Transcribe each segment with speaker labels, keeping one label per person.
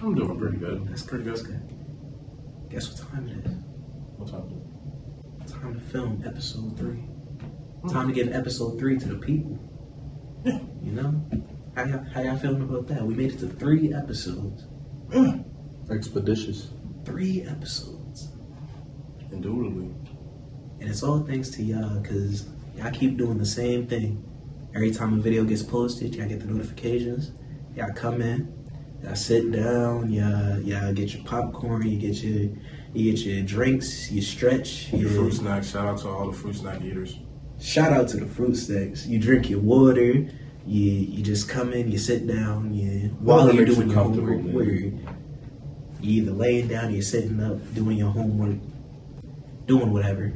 Speaker 1: doing pretty good.
Speaker 2: That's Kurt Gusker. Guess what time it is?
Speaker 1: What's happening?
Speaker 2: Time to film episode three. Time to give episode three to the people. You know? How y'all, how y'all feeling about that? We made it to three episodes.
Speaker 1: Expeditious.
Speaker 2: Three episodes.
Speaker 1: Indubitably.
Speaker 2: And it's all thanks to y'all, because y'all keep doing the same thing. Every time a video gets posted, y'all get the notifications. Y'all come in, y'all sit down, y'all, y'all get your popcorn, you get your you get your drinks, you stretch,
Speaker 1: Your
Speaker 2: you
Speaker 1: fruit snack. Shout out to all the fruit snack eaters.
Speaker 2: shout out to the fruit snacks. You drink your water. You you just come in, you sit down, you while
Speaker 1: Whatever
Speaker 2: you're
Speaker 1: makes
Speaker 2: doing
Speaker 1: you
Speaker 2: your
Speaker 1: comfortable,
Speaker 2: homework.
Speaker 1: man.
Speaker 2: where You either laying down, you're sitting up, doing your homework, doing whatever,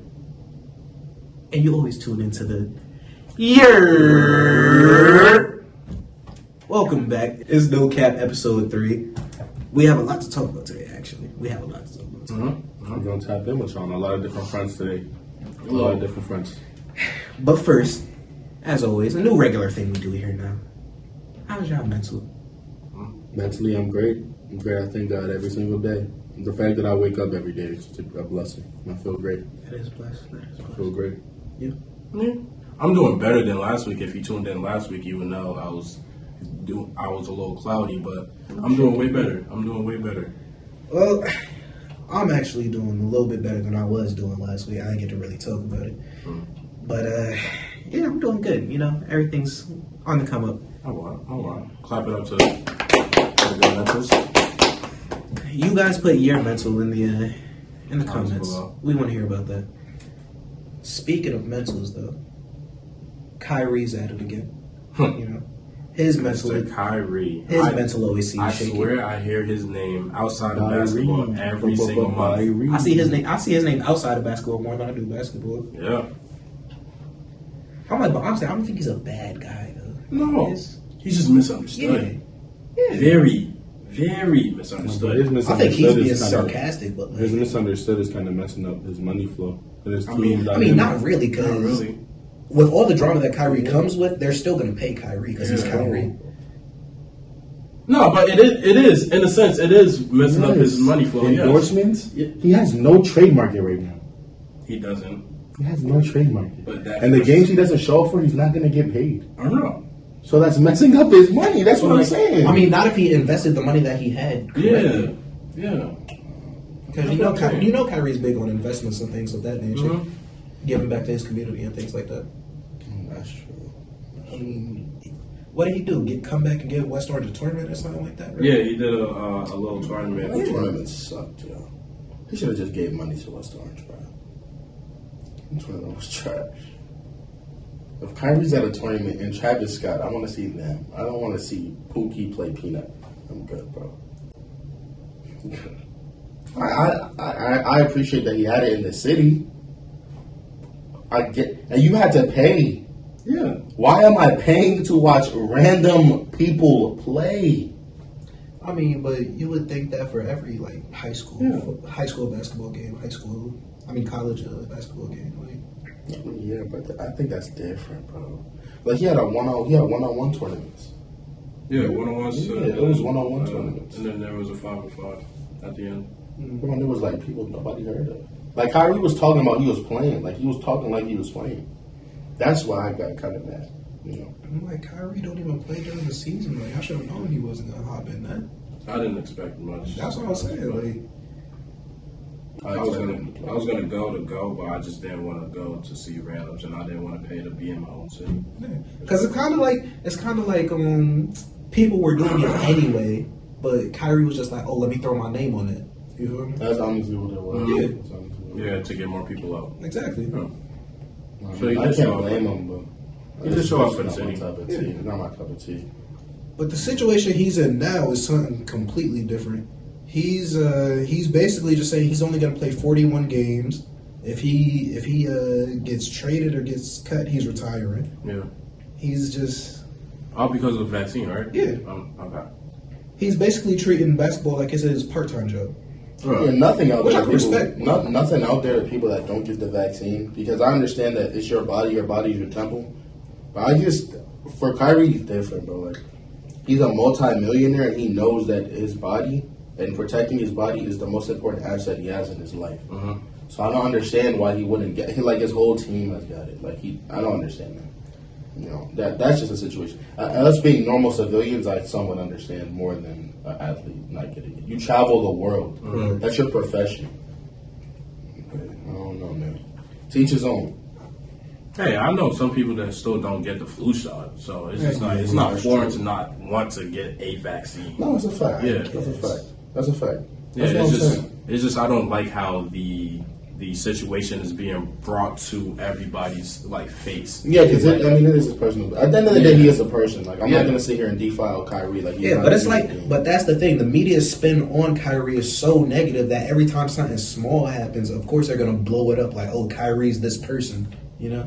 Speaker 2: and you always tune into the year. Welcome back. It's No Cap episode three. We have a lot to talk about today. Actually, we have a lot to talk about. Today.
Speaker 3: I'm gonna tap in with y'all on a lot of different fronts today. A lot of different fronts.
Speaker 2: But first, as always, a new regular thing we do here now. How's y'all mental?
Speaker 3: Mentally, I'm great. I'm great. I thank God every single day. The fact that I wake up every day is just a a blessing. I feel great.
Speaker 2: That is blessed. That is
Speaker 3: I feel great.
Speaker 1: I'm doing better than last week. If you tuned in last week, you would know I was do I was a little cloudy, but I'm doing way better. I'm doing way better.
Speaker 2: Well, I'm actually doing a little bit better than I was doing last week. I didn't get to really talk about it.
Speaker 1: Mm-hmm.
Speaker 2: But, uh, yeah, I'm doing good. You know, everything's on the come up.
Speaker 1: Oh wow, oh wow. Clap it up to the good mentors.
Speaker 2: You guys put your mental in the uh, in the
Speaker 1: Comments
Speaker 2: comments.
Speaker 1: below.
Speaker 2: We want to hear about that. Speaking of mentals, though, Kyrie's at it again. you know, his mental
Speaker 1: Mr. Kyrie.
Speaker 2: his
Speaker 1: I,
Speaker 2: mental always
Speaker 1: I
Speaker 2: seems shaky.
Speaker 1: swear I hear his name outside of basketball every
Speaker 3: Ba- ba-
Speaker 1: single
Speaker 3: ba-
Speaker 1: month.
Speaker 3: Byrie.
Speaker 2: I see his name. I see his name outside of basketball more than I do basketball.
Speaker 1: Yeah.
Speaker 2: I'm like, but honestly, I don't think he's a bad guy though.
Speaker 1: No.
Speaker 2: He's-
Speaker 1: He's just misunderstood. Very, very
Speaker 3: But his
Speaker 1: misunderstood.
Speaker 2: I think he's
Speaker 3: misunderstood
Speaker 2: being
Speaker 3: is kind of
Speaker 2: sarcastic, but
Speaker 3: his
Speaker 2: like,
Speaker 3: misunderstood is kind of messing up his money flow. And it's
Speaker 1: I mean-
Speaker 3: too
Speaker 2: I mean, not
Speaker 3: dynamic.
Speaker 2: really, because
Speaker 1: Not really.
Speaker 2: with all the drama that Kyrie comes with, they're still gonna pay Kyrie because he's
Speaker 1: Yeah.
Speaker 2: Kyrie.
Speaker 1: No, but it is, it is in a sense, it is messing up his money flow. Yes.
Speaker 3: endorsements. He has no trade market right now.
Speaker 1: He doesn't.
Speaker 3: He has no trade market.
Speaker 1: But that-
Speaker 3: and the games he doesn't show up for, he's not gonna get paid.
Speaker 1: I don't know.
Speaker 3: So that's messing up his money. That's what I'm
Speaker 1: Like,
Speaker 3: saying.
Speaker 2: I mean, not if he invested the money that he had.
Speaker 1: Yeah, yeah.
Speaker 2: because you know, Kyrie, you know, Kyrie's big on investments and things of that nature,
Speaker 1: Mm-hmm.
Speaker 2: giving back to his community and things like that.
Speaker 1: Mm,
Speaker 3: that's true.
Speaker 2: I mean, what did he do? Get come back and give West Orange a tournament or something like that? right?
Speaker 1: Yeah, he did a, uh, a little tournament.
Speaker 3: That tournament sucked, yo. He should have just gave money to West Orange, bro. That tournament was trash. If Kyrie's at a tournament and Travis Scott, I want to see them. I don't want to see Pookie play Peanut. I'm good, bro. I, I, I, I appreciate that he had it in the city. I get, and you had to pay.
Speaker 1: Yeah,
Speaker 3: Why am I paying to watch random people play?
Speaker 2: I mean, but you would think that for every like high school, high school basketball game, high school, I mean college uh, basketball game. Like,
Speaker 3: Yeah, but th- I think that's different, bro. Like he had a one on he had one on one tournaments.
Speaker 1: yeah. One on one.
Speaker 3: Yeah, it was one-on-one tournaments.
Speaker 1: and then there was a five on five at the end.
Speaker 3: Bro, and it was like people nobody heard of. Like Kyrie was talking about he was playing. Like he was talking like he was playing. That's why I got kind of mad. You know,
Speaker 2: I'm like Kyrie don't even play during the season. Like I should have known he wasn't gonna hop in that.
Speaker 1: I didn't expect much.
Speaker 2: That's what I'm saying.
Speaker 1: I was gonna, I was gonna go to go, but I just didn't want to go to see randoms, and I didn't want to pay to be in my own city.
Speaker 2: Like, cause it's kind of like it's kind of like um people were doing it anyway, but Kyrie was just like, oh, let me throw my name on it. You feel me?
Speaker 3: that's honestly what it was.
Speaker 1: Yeah.
Speaker 3: That's honestly what it
Speaker 1: Yeah, to get more people out.
Speaker 2: Exactly.
Speaker 3: was.
Speaker 1: So he
Speaker 3: I
Speaker 1: just
Speaker 3: can't
Speaker 1: show up.
Speaker 3: blame him, but
Speaker 1: He just show up
Speaker 3: It's
Speaker 1: for the
Speaker 3: not my
Speaker 1: city.
Speaker 3: Cup of tea. It's Not my cup of tea.
Speaker 2: But the situation he's in now is something completely different. He's uh, he's basically just saying he's only going to play 41 games. If he if he uh, gets traded or gets cut, he's retiring.
Speaker 1: Yeah.
Speaker 2: He's just
Speaker 1: All because of the vaccine, right?
Speaker 2: Yeah.
Speaker 1: Um, okay.
Speaker 2: he's basically treating basketball like it's his part-time job.
Speaker 3: Yeah, nothing out
Speaker 2: Which
Speaker 3: there.
Speaker 2: I can
Speaker 3: people-
Speaker 2: respect.
Speaker 3: no- nothing out there to people that don't get the vaccine because I understand that it's your body, your body's your temple. But I just for Kyrie, he's different, bro. Like he's a multi-millionaire and he knows that his body and protecting his body is the most important asset he has in his life.
Speaker 1: Uh-huh.
Speaker 2: Mm-hmm.
Speaker 3: So I don't understand why he wouldn't get like his whole team has got it. Like he, I don't understand that. You know that that's just a situation. Uh, us being normal civilians, I somewhat understand more than an athlete not getting it. You travel the world.
Speaker 1: Mhm.
Speaker 3: That's your profession. I don't know, man. Teach his own.
Speaker 1: Hey, I know some people that still don't get the flu shot, so it's just not it's not foreign to not want to get a vaccine.
Speaker 3: No, it's a fact.
Speaker 1: Yeah.
Speaker 3: that's a fact. That's a fact.
Speaker 1: Yeah,
Speaker 3: That's what
Speaker 1: it's
Speaker 3: I'm
Speaker 1: just
Speaker 3: saying.
Speaker 1: it's just I don't like how the the situation is being brought to everybody's like face.
Speaker 3: Yeah, because I mean, it is his personal. At the end of the day,
Speaker 1: Yeah.
Speaker 3: he is a person. Like I'm
Speaker 1: Yeah.
Speaker 3: not gonna sit here and defile Kyrie. Like he's
Speaker 2: Yeah,
Speaker 3: not
Speaker 2: but
Speaker 3: a
Speaker 2: it's
Speaker 3: human
Speaker 2: like,
Speaker 3: being.
Speaker 2: but that's the thing. The media spin on Kyrie is so negative that every time something small happens, of course they're gonna blow it up like, oh, Kyrie's this person, you know?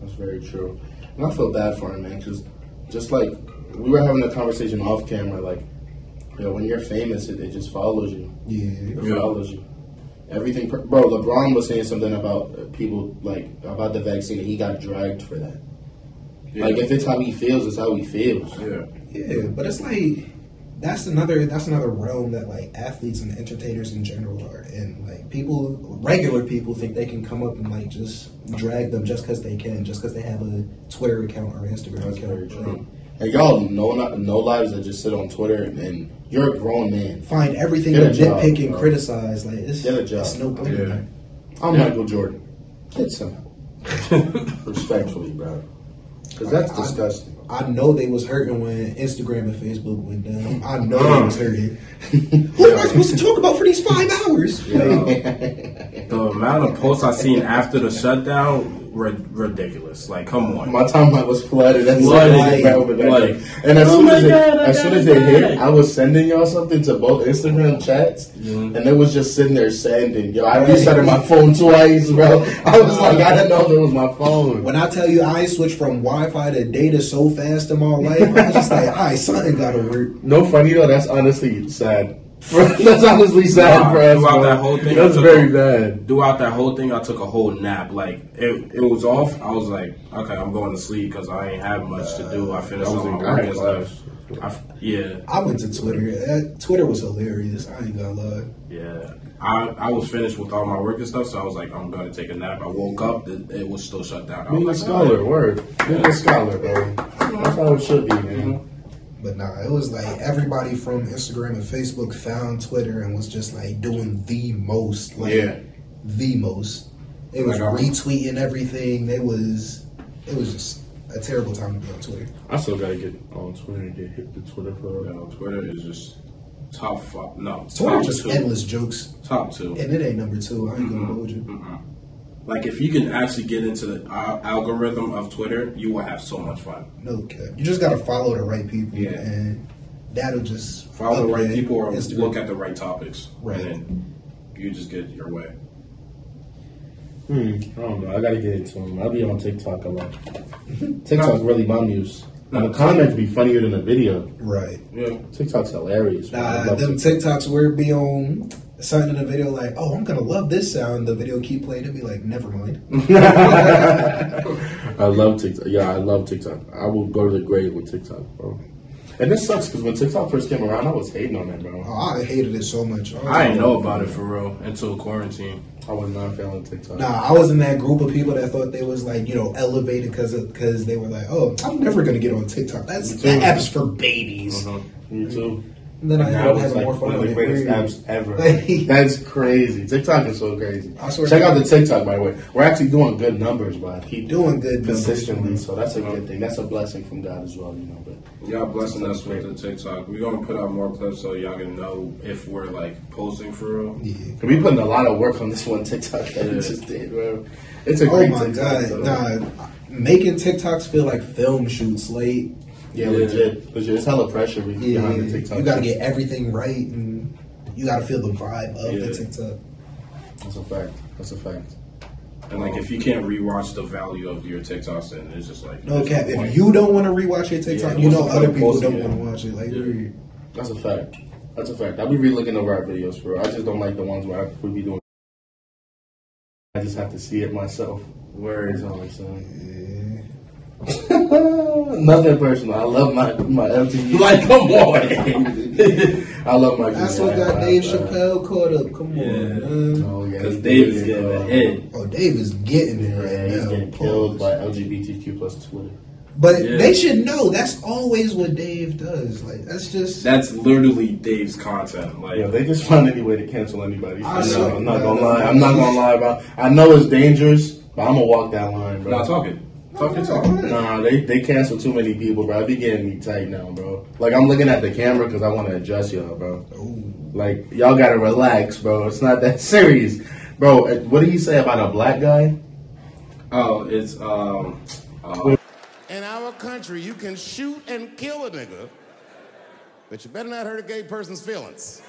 Speaker 3: That's very true. And I feel bad for him, man, because just like we were having a conversation off camera, like, you know, when you're famous, it, it just follows you.
Speaker 2: Yeah.
Speaker 3: It
Speaker 1: Yeah.
Speaker 3: follows you. Everything, per- bro. LeBron was saying something about uh, people like about the vaccine. and He got dragged for that.
Speaker 1: Yeah.
Speaker 3: Like, if it's how he feels, it's how he feels.
Speaker 1: yeah.
Speaker 2: Yeah, but it's like that's another that's another realm that like athletes and entertainers in general are in. Like people, regular people think they can come up and like just drag them just because they can, just because they have a Twitter account or Instagram
Speaker 3: That's
Speaker 2: account.
Speaker 3: very
Speaker 2: Like,
Speaker 3: true. Mm. And y'all know not no lives that just sit on Twitter and, and you're a grown man.
Speaker 2: Find everything
Speaker 3: Get a
Speaker 2: to
Speaker 3: job,
Speaker 2: nitpick and
Speaker 3: bro.
Speaker 2: criticize. Like it's,
Speaker 3: Get a job.
Speaker 2: it's no point.
Speaker 1: Yeah.
Speaker 3: I'm
Speaker 1: Yeah.
Speaker 3: Michael Jordan. Get some help, respectfully, bro. Because that's
Speaker 2: I- I-
Speaker 3: disgusting.
Speaker 2: I know they was hurting when Instagram and Facebook went down. I know they was hurting. What am I supposed to talk about for these five hours?
Speaker 1: The amount of posts I seen after the shutdown, rid- ridiculous. Like, come on.
Speaker 3: My timeline was flooded. That's
Speaker 1: Flooded,
Speaker 3: flooded,
Speaker 1: flooded.
Speaker 3: And as
Speaker 1: Oh
Speaker 3: soon
Speaker 1: my
Speaker 3: as they,
Speaker 1: God, I
Speaker 3: as soon
Speaker 1: got
Speaker 3: as they
Speaker 1: it
Speaker 3: hit,
Speaker 1: back.
Speaker 3: I was sending y'all something to both Instagram chats,
Speaker 1: Mm-hmm.
Speaker 3: and it was just sitting there sending. Yo, I resetted my phone twice, bro. I was like, I didn't know if it was my phone.
Speaker 2: When I tell you I switched from Wi-Fi to data so fast in my life, I was just like, all right, something gotta work.
Speaker 3: no funny though. That's honestly sad. that's honestly sad
Speaker 1: Nah,
Speaker 3: for us.
Speaker 1: throughout
Speaker 3: bro.
Speaker 1: that whole thing, I
Speaker 3: that's
Speaker 1: took
Speaker 3: very
Speaker 1: a-
Speaker 3: bad.
Speaker 1: Throughout that whole thing, I took a whole nap. Like it, it was off. I was like, okay, I'm going to sleep because I ain't have much to do. I finished
Speaker 3: I was
Speaker 1: all my
Speaker 3: in
Speaker 1: work and
Speaker 3: class.
Speaker 1: stuff. I f yeah,
Speaker 2: I went to Twitter. That, Twitter was hilarious. I ain't gonna lie.
Speaker 1: yeah. I, I was finished with all my work and stuff, so I was like, I'm gonna take a nap. I woke up, it, it was still shut down. I
Speaker 3: Being a
Speaker 1: was like,
Speaker 3: scholar, word. Being a scholar, bro. That's how it should be,
Speaker 1: Mm-hmm.
Speaker 3: man.
Speaker 2: But nah, it was like everybody from Instagram and Facebook found Twitter and was just like doing the most. Like
Speaker 3: Yeah.
Speaker 2: the most. They was
Speaker 1: Like, I-
Speaker 2: retweeting everything. They was it was just a terrible time to be on Twitter.
Speaker 3: I still gotta get on Twitter and get hit to Twitter for
Speaker 1: You know, "Oh, Twitter is just top five. No,
Speaker 2: Twitter
Speaker 1: top
Speaker 2: just
Speaker 1: two.
Speaker 2: endless jokes.
Speaker 1: Top two.
Speaker 2: And it ain't number two. I ain't gonna hold you.
Speaker 1: Like if you can actually get into the al- algorithm of Twitter, you will have so much fun.
Speaker 2: No cap. You just gotta follow the right people,
Speaker 1: Yeah.
Speaker 2: and that'll just
Speaker 1: Follow the right
Speaker 2: upgrade
Speaker 1: people or
Speaker 2: Instagram.
Speaker 1: look at the right topics.
Speaker 2: Right.
Speaker 1: And then you just get your way.
Speaker 3: Hmm, I don't know. I gotta get into them. I be on TikTok a lot. TikTok really my muse. Now, the comments be funnier than the video.
Speaker 2: Right.
Speaker 1: Yeah.
Speaker 3: TikTok's hilarious. man. I
Speaker 2: Nah,
Speaker 3: love
Speaker 2: them
Speaker 3: TikTok.
Speaker 2: TikToks where it be on something in the video like, oh, I'm gonna love this sound. The video keep playing. It'd be like, never mind. Oh,
Speaker 3: I love TikTok. Yeah, I love TikTok. I will go to the grave with TikTok, bro. And this sucks because when TikTok first came around, I was hating on it, bro.
Speaker 2: Oh, I hated it so much. was
Speaker 1: I
Speaker 2: like,
Speaker 1: didn't know about it for real until quarantine.
Speaker 3: I was not feeling TikTok.
Speaker 2: Nah, I was in that group of people that thought they was like, you know, elevated because because they were like, oh, I'm never gonna get on TikTok. That's that app's for babies.
Speaker 1: Uh-huh.
Speaker 3: Me too.
Speaker 2: And then I ended
Speaker 3: Now
Speaker 2: up
Speaker 3: it's
Speaker 2: having
Speaker 3: like
Speaker 2: more
Speaker 3: one
Speaker 2: fun
Speaker 3: of
Speaker 2: with
Speaker 3: the
Speaker 2: it.
Speaker 3: greatest
Speaker 2: Period.
Speaker 3: apps ever.
Speaker 2: Like-
Speaker 3: That's crazy. TikTok is so crazy.
Speaker 2: I swear
Speaker 3: Check
Speaker 2: to
Speaker 3: out the
Speaker 2: God.
Speaker 3: TikTok, by the way. We're actually doing good numbers, but I keep
Speaker 2: Doing good numbers.
Speaker 3: consistently. So that's a good thing. That's a blessing from God as well, you know. But
Speaker 1: Y'all blessing us with the TikTok. We're gonna put out more clips so y'all can know if we're like posting for real.
Speaker 2: Yeah.
Speaker 3: we putting a lot of work on this one TikTok that we just did, bro. It's a
Speaker 2: Oh
Speaker 3: great
Speaker 2: my
Speaker 3: TikTok.
Speaker 2: god,
Speaker 3: so-
Speaker 2: nah, making TikToks feel like film shoots. Like,
Speaker 3: Yeah, legit. Legit. It's hella pressure we-
Speaker 2: yeah,
Speaker 3: behind the TikTok.
Speaker 2: you gotta get everything right, and you gotta feel the vibe of
Speaker 1: Yeah.
Speaker 2: the TikTok.
Speaker 3: That's a fact. That's a fact.
Speaker 1: And like if you can't rewatch the value of your TikToks then it's just like
Speaker 2: No cap.
Speaker 1: point.
Speaker 2: If you don't want to rewatch your TikTok,
Speaker 1: Yeah,
Speaker 2: you
Speaker 1: what's
Speaker 2: know
Speaker 1: the
Speaker 2: other
Speaker 1: point
Speaker 2: people
Speaker 1: of
Speaker 2: don't
Speaker 1: posting it?
Speaker 2: want to watch it. Like,
Speaker 1: Yeah.
Speaker 2: weird.
Speaker 3: That's a fact. That's a fact. I'll be re-looking over our videos, bro. I just don't like the ones where I would be doing. I just have to see it myself.
Speaker 1: Word.
Speaker 3: That's all I'm saying.
Speaker 2: Yeah.
Speaker 3: Nothing personal. E. I love my my MTV. Like, come on. I love Michael.
Speaker 2: That's what got
Speaker 3: Jordan,
Speaker 2: Dave
Speaker 3: bruh.
Speaker 2: Chappelle caught up. Come on,
Speaker 1: Yeah.
Speaker 2: man.
Speaker 3: Oh, yeah,
Speaker 1: Because
Speaker 3: he's
Speaker 1: David's
Speaker 3: getting,
Speaker 1: getting
Speaker 3: uh,
Speaker 1: ahead.
Speaker 2: Oh, Dave is getting it right
Speaker 3: Yeah, he's
Speaker 2: now.
Speaker 3: getting killed by LGBTQ plus Twitter.
Speaker 2: But
Speaker 1: Yeah.
Speaker 2: they should know that's always what Dave does. Like that's just
Speaker 1: That's literally Dave's content. Like,
Speaker 3: Yeah, they just find any way to cancel anybody.
Speaker 2: I
Speaker 3: You know,
Speaker 2: know.
Speaker 3: I'm not gonna lie. I'm not gonna lie about. I know it's dangerous, but I'm gonna walk that line, bro.
Speaker 1: not talking. Talk your talk.
Speaker 3: Nah, they, they cancel too many people, bro. I be getting me tight now, bro. Like, I'm looking at the camera because I want to adjust y'all, bro.
Speaker 2: Ooh.
Speaker 3: Like, y'all got to relax, bro. It's not that serious. Bro, uh, what did he say about a black guy?
Speaker 1: Oh, it's um,
Speaker 4: In our country, you can shoot and kill a nigga, but you better not hurt a gay person's feelings.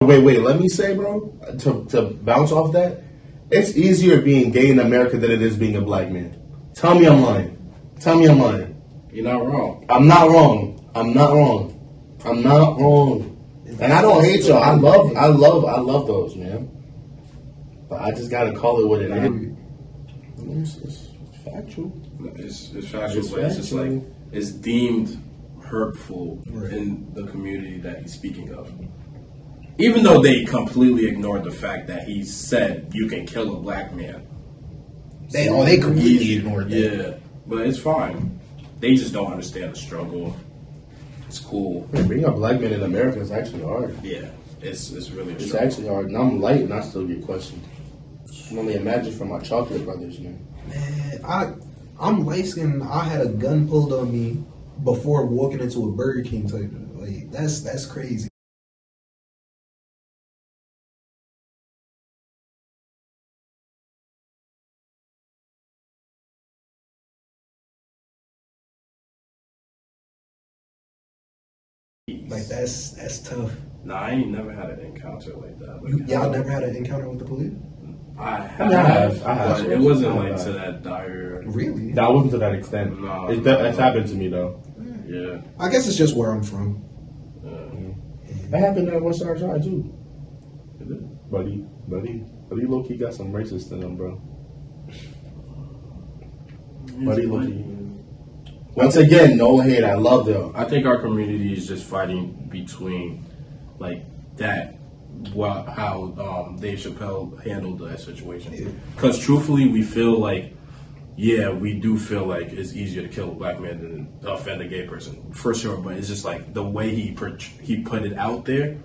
Speaker 3: Wait, wait, let me say, bro, to, to bounce off that, it's easier being gay in America than it is being a black man. Tell me I'm lying. Tell me I'm lying.
Speaker 1: you're not wrong.
Speaker 3: I'm not wrong. I'm not wrong. I'm not wrong. And I don't hate y'all. I love, I love, I love those, man. But I just gotta call it what it is. It's, it's factual.
Speaker 1: It's it's factual,
Speaker 3: It's
Speaker 1: but it's just
Speaker 3: factual.
Speaker 1: like it's deemed hurtful
Speaker 2: Right.
Speaker 1: in the community that he's speaking of. Even though they completely ignored the fact that he said you can kill a black man.
Speaker 2: They oh they completely ignored that.
Speaker 1: Yeah, but it's fine. They just don't understand the struggle. It's cool.
Speaker 3: Man, being a black man in America is actually hard.
Speaker 1: Yeah, it's it's really a
Speaker 3: It's
Speaker 1: struggle.
Speaker 3: actually hard. And I'm light and I still get questioned. I can only imagine for my chocolate brothers, man.
Speaker 2: Man, I I'm light skinned. I had a gun pulled on me before walking into a Burger King type. of- Like that's that's crazy. Like that's that's tough.
Speaker 1: Nah, I ain't never had an encounter like that. Like,
Speaker 2: Y'all never had an encounter with the police?
Speaker 1: I
Speaker 3: I
Speaker 1: have,
Speaker 3: have, I have.
Speaker 1: but it wasn't
Speaker 3: I
Speaker 1: like
Speaker 3: have.
Speaker 1: to that dire.
Speaker 2: Really?
Speaker 3: That wasn't to that extent.
Speaker 1: No.
Speaker 3: It, that, it's happened to me though.
Speaker 1: Yeah,
Speaker 2: I guess it's just where I'm from.
Speaker 3: That happened at West Side too. Buddy, buddy, buddy, low key got some racist in him, bro. Buddy, low key. Once again, no hate. I love them.
Speaker 1: I think our community is just fighting between like that. What how um, Dave Chappelle handled that situation? Because truthfully, we feel like yeah, we do feel like it's easier to kill a black man than offend a gay person for sure. But it's just like the way he per- he put it out there.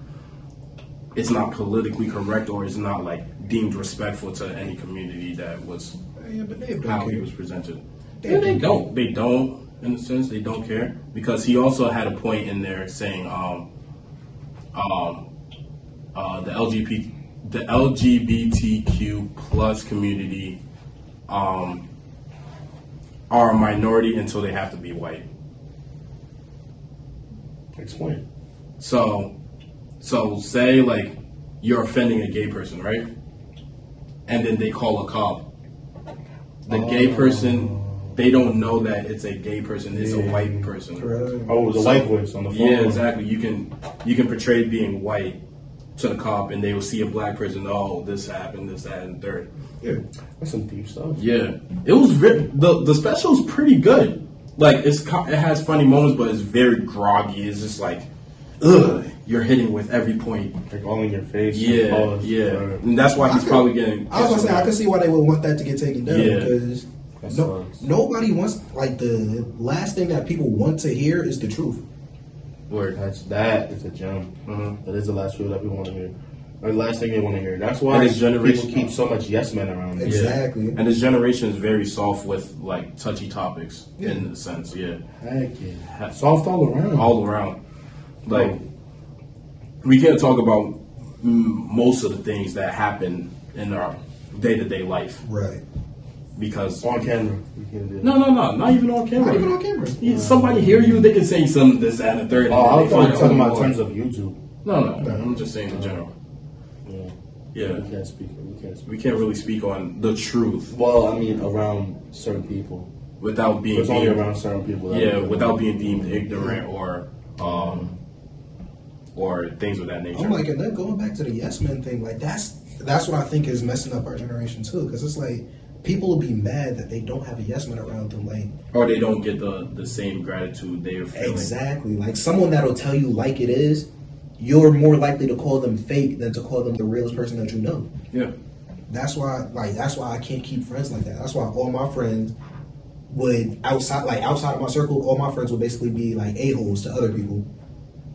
Speaker 1: It's not politically correct, or it's not like deemed respectful to any community that was
Speaker 2: Yeah, but they've
Speaker 1: how
Speaker 2: done
Speaker 1: he
Speaker 2: it.
Speaker 1: was presented. Yeah, they don't. They don't, in a sense, they don't care because he also had a point in there saying, um, um, uh, the LGBT, the LGBTQ plus community, um, are a minority until they have to be white.
Speaker 3: Explain.
Speaker 1: So, so say like you're offending a gay person, right? And then they call a cop. The gay person, they don't know that it's a gay person. It's a white person.
Speaker 2: Right.
Speaker 3: Oh, it was a white voice on the phone.
Speaker 1: Yeah, exactly. You can you can portray being white to the cop, and they will see a black person. Oh, this happened, this, that, and third.
Speaker 3: That's some deep stuff.
Speaker 1: Yeah, it was very, the the special's pretty good. Like it's co- it has funny moments, but it's very groggy. It's just like, ugh, you're hitting with every point.
Speaker 3: Like all in your face.
Speaker 1: Yeah,
Speaker 3: pause,
Speaker 1: yeah,
Speaker 3: or-
Speaker 1: and that's why he's
Speaker 2: I could-
Speaker 1: probably getting.
Speaker 2: I was gonna say I could see why they would want that to get taken down
Speaker 1: Yeah.
Speaker 2: because
Speaker 3: That
Speaker 2: no,
Speaker 3: sucks.
Speaker 2: nobody wants like the last thing that people want to hear is the truth.
Speaker 1: Word.
Speaker 3: That's that is a gem.
Speaker 1: Mhm.
Speaker 3: That is the last food that people want to hear. Or the last thing they want to hear. That's why
Speaker 1: And it's generational.
Speaker 3: people keep so much yes men around.
Speaker 1: Yeah.
Speaker 2: Exactly.
Speaker 1: And this generation is very soft with like touchy topics in a sense. Yeah,
Speaker 3: Heck yeah. Oh. Soft all around.
Speaker 1: all around. Like we can't talk about mm, most of the things that happen in our day to day life
Speaker 2: Right.
Speaker 1: because
Speaker 3: on camera. You can do it.
Speaker 1: No, no, no, not even on camera.
Speaker 2: Not even on camera.
Speaker 1: Yeah, somebody hear you, they can say something this, that, and the third.
Speaker 3: Oh,
Speaker 1: and
Speaker 3: I was
Speaker 1: they find
Speaker 3: talking
Speaker 1: out
Speaker 3: about in
Speaker 1: more.
Speaker 3: terms of YouTube.
Speaker 1: No, no, no, I'm just saying in general.
Speaker 3: Yeah.
Speaker 1: Yeah,
Speaker 3: We can't speak. We can't speak.
Speaker 1: we can't really speak on the truth
Speaker 3: Well, I mean, around certain people.
Speaker 1: without being
Speaker 3: It's only
Speaker 1: deemed-
Speaker 3: around certain people. that
Speaker 1: yeah,
Speaker 3: we-
Speaker 1: without being deemed ignorant or um or things of that nature.
Speaker 3: Oh
Speaker 2: I'm like, and then going back to the yes men thing, like that's that's what I think is messing up our generation too, because it's like people will be mad that they don't have a yes man around them, like
Speaker 1: or they don't get the the same gratitude they're feeling.
Speaker 2: Exactly. Like someone that'll tell you like it is, you're more likely to call them fake than to call them the realest person that you know.
Speaker 1: Yeah.
Speaker 2: That's why, like, that's why I can't keep friends like that. That's why all my friends would outside, like, outside of my circle, all my friends would basically be like a holes to other people.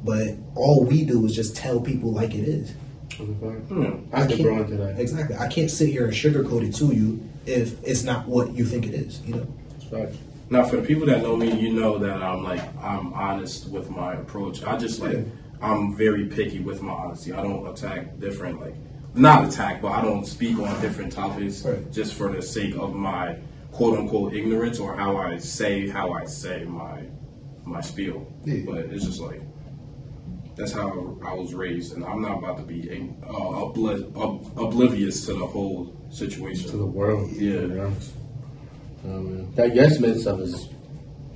Speaker 2: But all we do is just tell people like it is.
Speaker 1: Hmm.
Speaker 3: I can
Speaker 2: can't-
Speaker 3: grow into that.
Speaker 2: Exactly. I can't sit here and sugarcoat it to you if it's not what you think it is. You know.
Speaker 3: Facts.
Speaker 1: Now, for the people that know me, you know that I'm like I'm honest with my approach. I just like I'm very picky with my honesty. I don't attack different like not attack, but I don't speak on different topics
Speaker 2: Right.
Speaker 1: just for the sake of my quote unquote ignorance or how I say how I say my my spiel.
Speaker 2: Yeah.
Speaker 1: But it's just like that's how I was raised, and I'm not about to be uh, obli- ob- oblivious to the whole situation.
Speaker 3: To the world.
Speaker 1: Yeah.
Speaker 3: You know? Oh, man. That yes man stuff is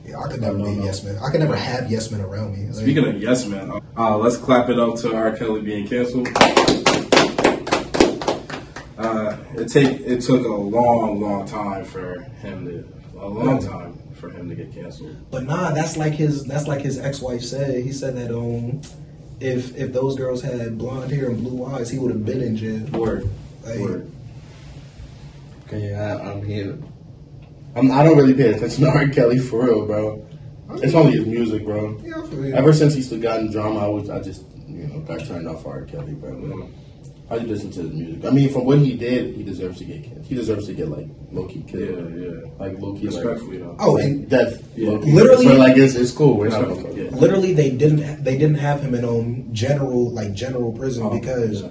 Speaker 2: Yeah, I could never be a yes man. I could never have yes men around me. Like,
Speaker 1: Speaking of yes men, uh, let's clap it up to R. Kelly being canceled. Uh, it take it took a long, long time for him to a long time for him to get canceled.
Speaker 2: But nah, that's like his. That's like his ex-wife said. He said that um, if if those girls had blonde hair and blue eyes, he would have been in jail.
Speaker 1: Word,
Speaker 2: Hey.
Speaker 1: word.
Speaker 3: okay, yeah, I, I'm here. I'm I don't really pay attention to R. Kelly for real, bro. It's only his music, bro.
Speaker 2: Yeah, for real.
Speaker 3: Ever since he's gotten drama, I was I just you know got turned off R. Kelly, bro. I just listen to his music. I mean, from what he did, he deserves to get killed. He deserves to get like low key
Speaker 1: Yeah,
Speaker 3: killed,
Speaker 1: yeah.
Speaker 3: like low key, like,
Speaker 1: Respectfully though.
Speaker 2: Oh, and
Speaker 3: death.
Speaker 1: Yeah.
Speaker 3: low-key.
Speaker 2: Literally-
Speaker 3: but like it's, it's cool. We're not gonna
Speaker 1: Respectfully, yeah.
Speaker 2: literally, they didn't. ha- They didn't have him in um general like general prison because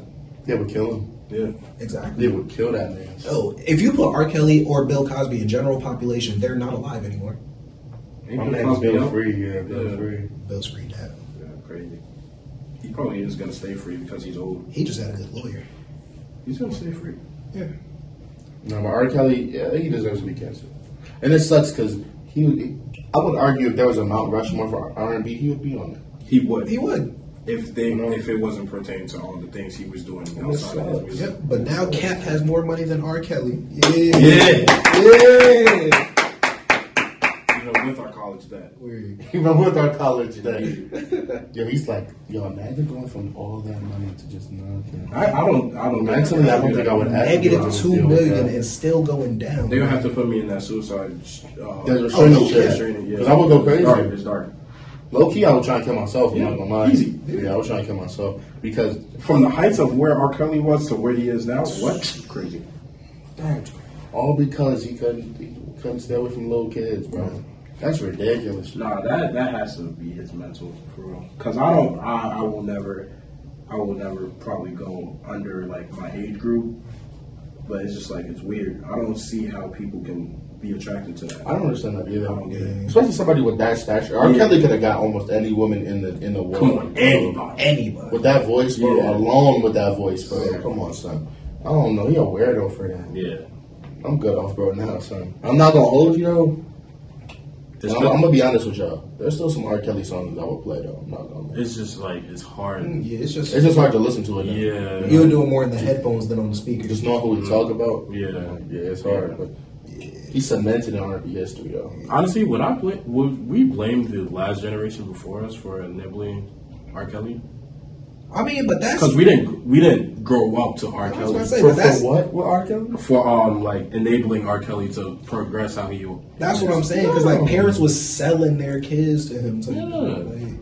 Speaker 3: They would kill him.
Speaker 1: Yeah,
Speaker 2: exactly.
Speaker 3: They would kill that man.
Speaker 2: Oh, if you put R. Kelly or Bill Cosby in general population, they're not alive anymore.
Speaker 1: Ain't
Speaker 3: My
Speaker 1: gonna
Speaker 3: name's
Speaker 1: pop me
Speaker 3: Bill
Speaker 1: up.
Speaker 3: Free. Yeah, Bill
Speaker 1: Yeah.
Speaker 3: Free.
Speaker 2: Bill screamed out.
Speaker 1: Yeah, crazy. He probably is gonna stay free because he's old.
Speaker 2: He just had a good lawyer.
Speaker 1: He's gonna stay free.
Speaker 2: Yeah.
Speaker 3: No, but R. Kelly, yeah, he deserves to be canceled. And it sucks because he would. Be, I would argue if there was a Mount Rushmore for R and B, he would be on it.
Speaker 1: He would.
Speaker 2: He would.
Speaker 1: if they if it wasn't pertaining to all the things he was doing outside of his
Speaker 3: sucks.
Speaker 1: music.
Speaker 2: Yep. But now Cap has more money than R. Kelly. Yeah.
Speaker 3: Yeah,
Speaker 1: You know, with our college debt.
Speaker 2: Weird.
Speaker 3: even with our college day. yo, he's like, yo, imagine going from all that money to just nothing.
Speaker 1: I, I don't. I don't
Speaker 3: Mentally, I don't think I would ever.
Speaker 2: Negative
Speaker 3: be
Speaker 2: two
Speaker 3: able to deal with
Speaker 2: million
Speaker 3: that.
Speaker 2: and still going down.
Speaker 1: They're gonna have to put me in that suicide. Uh,
Speaker 3: There's restraining shit. Because I would go crazy.
Speaker 1: It's dark. It's dark.
Speaker 3: Low key, I was trying to kill myself. Yeah,
Speaker 1: Yeah,
Speaker 3: not gonna lie.
Speaker 1: easy.
Speaker 3: Yeah, I was trying to kill myself because
Speaker 1: From the heights of where R. Kelly was to where he is now, what? Crazy.
Speaker 3: all because he couldn't he couldn't stay away from little kids, bro. That's ridiculous.
Speaker 1: Nah, that that has to be his mental for real. Cause I don't. I, I will never. I will never probably go under like my age group. But it's just like it's weird. I don't see how people can be attracted to that.
Speaker 3: I don't understand that either.
Speaker 1: I don't get it.
Speaker 3: Especially somebody with that stature. R.
Speaker 1: Yeah.
Speaker 3: Kelly could have got almost any woman in the in the world.
Speaker 1: Come on, anybody.
Speaker 2: anybody.
Speaker 3: With that voice, bro.
Speaker 1: Yeah.
Speaker 3: Alone with that voice, bro. Come on, son. I don't know. He a weirdo for that.
Speaker 1: Yeah.
Speaker 3: I'm good off, bro. Now, son. I'm not gonna hold you though.
Speaker 1: It's,
Speaker 3: I'm, I'm gonna be honest with y'all. There's still some R. Kelly songs I would play though. I'm not gonna. Lie.
Speaker 1: it's just like it's
Speaker 3: Mm.
Speaker 1: hard.
Speaker 2: Yeah, it's just
Speaker 3: It's just hard to listen to it. Now.
Speaker 1: Yeah.
Speaker 2: you'll do it more in the headphones than on the
Speaker 3: You
Speaker 2: speakers.
Speaker 3: just know who to talk about.
Speaker 1: Mm-hmm. Yeah.
Speaker 3: yeah, it's hard, but he cemented in R&B history though.
Speaker 1: Honestly, would I bl- would we blame the last generation before us for nibbling R. Kelly?
Speaker 2: I mean, but that's
Speaker 1: Because we didn't we didn't grow up to R.
Speaker 2: I was
Speaker 1: Kelly
Speaker 2: gonna say,
Speaker 3: For,
Speaker 2: but that's
Speaker 3: for what? With R. Kelly?
Speaker 1: for um like enabling R. Kelly to progress how he.
Speaker 2: that's what I'm saying. Because like parents was selling their kids to him. To,
Speaker 1: Yeah.
Speaker 2: like,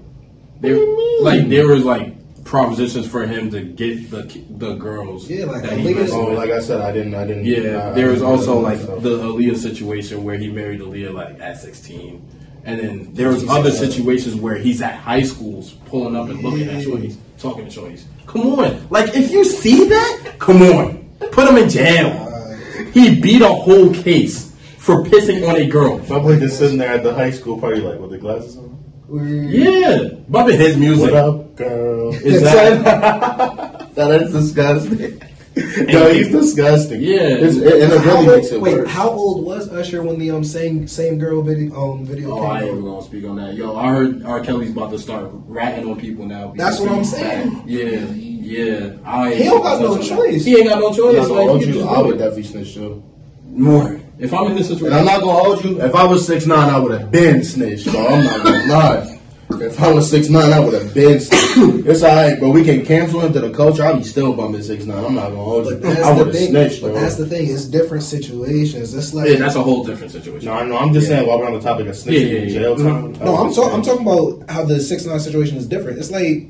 Speaker 1: They, like there was like propositions for him to get the ki- the girls.
Speaker 2: Yeah, like,
Speaker 1: that he
Speaker 2: Aaliyah-
Speaker 1: messed
Speaker 3: Oh,
Speaker 1: with.
Speaker 3: like I said, I didn't. I didn't.
Speaker 1: Yeah,
Speaker 3: I-
Speaker 1: there
Speaker 3: I
Speaker 1: was
Speaker 3: didn't
Speaker 1: also
Speaker 3: know
Speaker 1: like
Speaker 3: myself.
Speaker 1: the Aaliyah situation where he married Aaliyah like at sixteen, and then there was other situations where he's at high schools pulling up and looking at shorties, talking to shorties. Come on, like if you see that, come on, put him in jail. He beat a whole case for pissing on a girl.
Speaker 3: My boy just sitting there at the high school party, like with the glasses on.
Speaker 1: Yeah, bumping his music.
Speaker 3: What up, girl?
Speaker 1: Is that-
Speaker 3: That is disgusting. Yo, he's disgusting.
Speaker 1: Yeah.
Speaker 3: it's, it, and it
Speaker 2: How old-
Speaker 3: really makes it
Speaker 2: wait,
Speaker 3: worse.
Speaker 2: how old was Usher when the um same same girl video um video
Speaker 1: Oh,
Speaker 2: came
Speaker 1: I ain't
Speaker 2: out?
Speaker 1: even gonna speak on that. Yo, I heard R. Kelly's about to start ratting on people now. because
Speaker 2: That's what I'm
Speaker 1: he's
Speaker 2: saying.
Speaker 1: back. Yeah, yeah. I ain't
Speaker 2: He don't got no choice.
Speaker 1: He ain't got no
Speaker 3: I'm
Speaker 1: choice.
Speaker 3: not gonna
Speaker 1: Like,
Speaker 3: hold
Speaker 1: he
Speaker 3: you.
Speaker 1: just
Speaker 3: I would
Speaker 1: do it.
Speaker 3: definitely snitch too.
Speaker 1: More. If I'm in this
Speaker 3: And
Speaker 1: situation,
Speaker 3: I'm not gonna hold you. If I was six nine, I would have been snitched. So I'm not gonna lie. If I was six nine, I would have been. six- it's all right, but we can cancel him to the coach. I'll be still bumming six nine. I'm not gonna hold
Speaker 2: But
Speaker 3: you.
Speaker 2: that's
Speaker 3: I
Speaker 2: the
Speaker 3: would have
Speaker 2: thing.
Speaker 3: snitched.
Speaker 2: but
Speaker 3: bro.
Speaker 2: that's the thing. It's different situations. It's like
Speaker 1: Yeah, that's a whole different situation.
Speaker 3: no, I know. I'm just saying while we're on the topic of snitching
Speaker 1: Yeah, yeah,
Speaker 3: and
Speaker 1: yeah.
Speaker 3: jail time.
Speaker 2: No, I'm, talk- I'm talking about how the six nine situation is different. It's like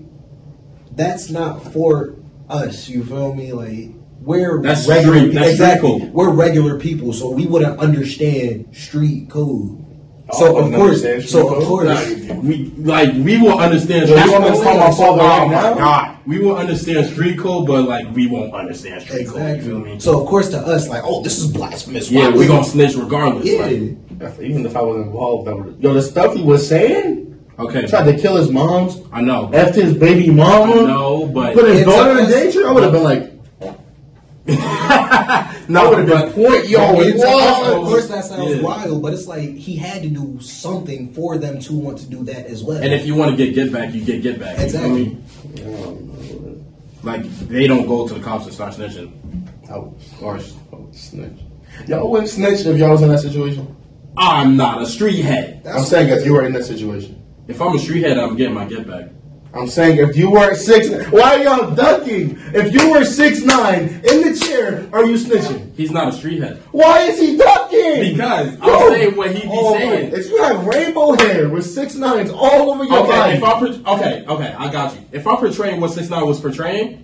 Speaker 2: that's not for us. You feel me? Like we're
Speaker 1: That's
Speaker 2: regular.
Speaker 1: street- that's street
Speaker 2: exactly.
Speaker 1: code.
Speaker 2: We're regular people, so we wouldn't understand street code.
Speaker 3: I
Speaker 2: So of
Speaker 3: wouldn't
Speaker 2: course,
Speaker 3: understand
Speaker 2: so of
Speaker 3: street code.
Speaker 2: course,
Speaker 1: Like, we like we will understand.
Speaker 3: Yeah,
Speaker 1: street
Speaker 3: you want me to
Speaker 1: code.
Speaker 3: call my father
Speaker 1: Oh
Speaker 3: right
Speaker 1: my
Speaker 3: now?
Speaker 1: god, we will understand street code, but like we won't understand street code. You feel
Speaker 2: exactly.
Speaker 1: me?
Speaker 2: So of course, to us, like, oh, this is blasphemous.
Speaker 1: yeah,
Speaker 2: Why
Speaker 1: we're
Speaker 2: would-
Speaker 1: gonna snitch regardless.
Speaker 2: Yeah.
Speaker 1: like-
Speaker 3: Even if I was involved, that would. Yo, the stuff he was saying.
Speaker 1: okay,
Speaker 3: He tried to kill his moms.
Speaker 1: I know.
Speaker 3: After his baby mama.
Speaker 1: No, but-
Speaker 3: put his
Speaker 2: It's
Speaker 3: daughter in
Speaker 2: a-
Speaker 3: danger. I would have been like,
Speaker 1: No,
Speaker 3: I would have been point yo.
Speaker 2: It's-
Speaker 3: what?
Speaker 2: Of course, that sounds
Speaker 1: Oh, Yeah.
Speaker 2: wild, but it's like he had to do something for them to want to do that as well.
Speaker 1: And if you want to get get back, you get get back. You feel
Speaker 2: Exactly.
Speaker 1: me? Like they don't go to the cops and start snitching.
Speaker 3: I would, of course, I would snitch. Y'all wouldn't snitch if y'all was in that situation.
Speaker 1: I'm not a street head.
Speaker 3: I'm saying if you were in that situation.
Speaker 1: If I'm a street head, I'm getting my get back.
Speaker 3: I'm saying if you were six, why are y'all ducking? If you were six nine in the chair, are you snitching?
Speaker 1: He's not a street head.
Speaker 3: Why is he ducking?
Speaker 1: Because I'm
Speaker 3: Yo!
Speaker 1: saying what he be
Speaker 3: Oh my-
Speaker 1: saying.
Speaker 3: If you have rainbow hair with six nines all over your
Speaker 1: Okay,
Speaker 3: body,
Speaker 1: if I pro- okay, okay, I got you. If I'm portraying what Six Nine was portraying,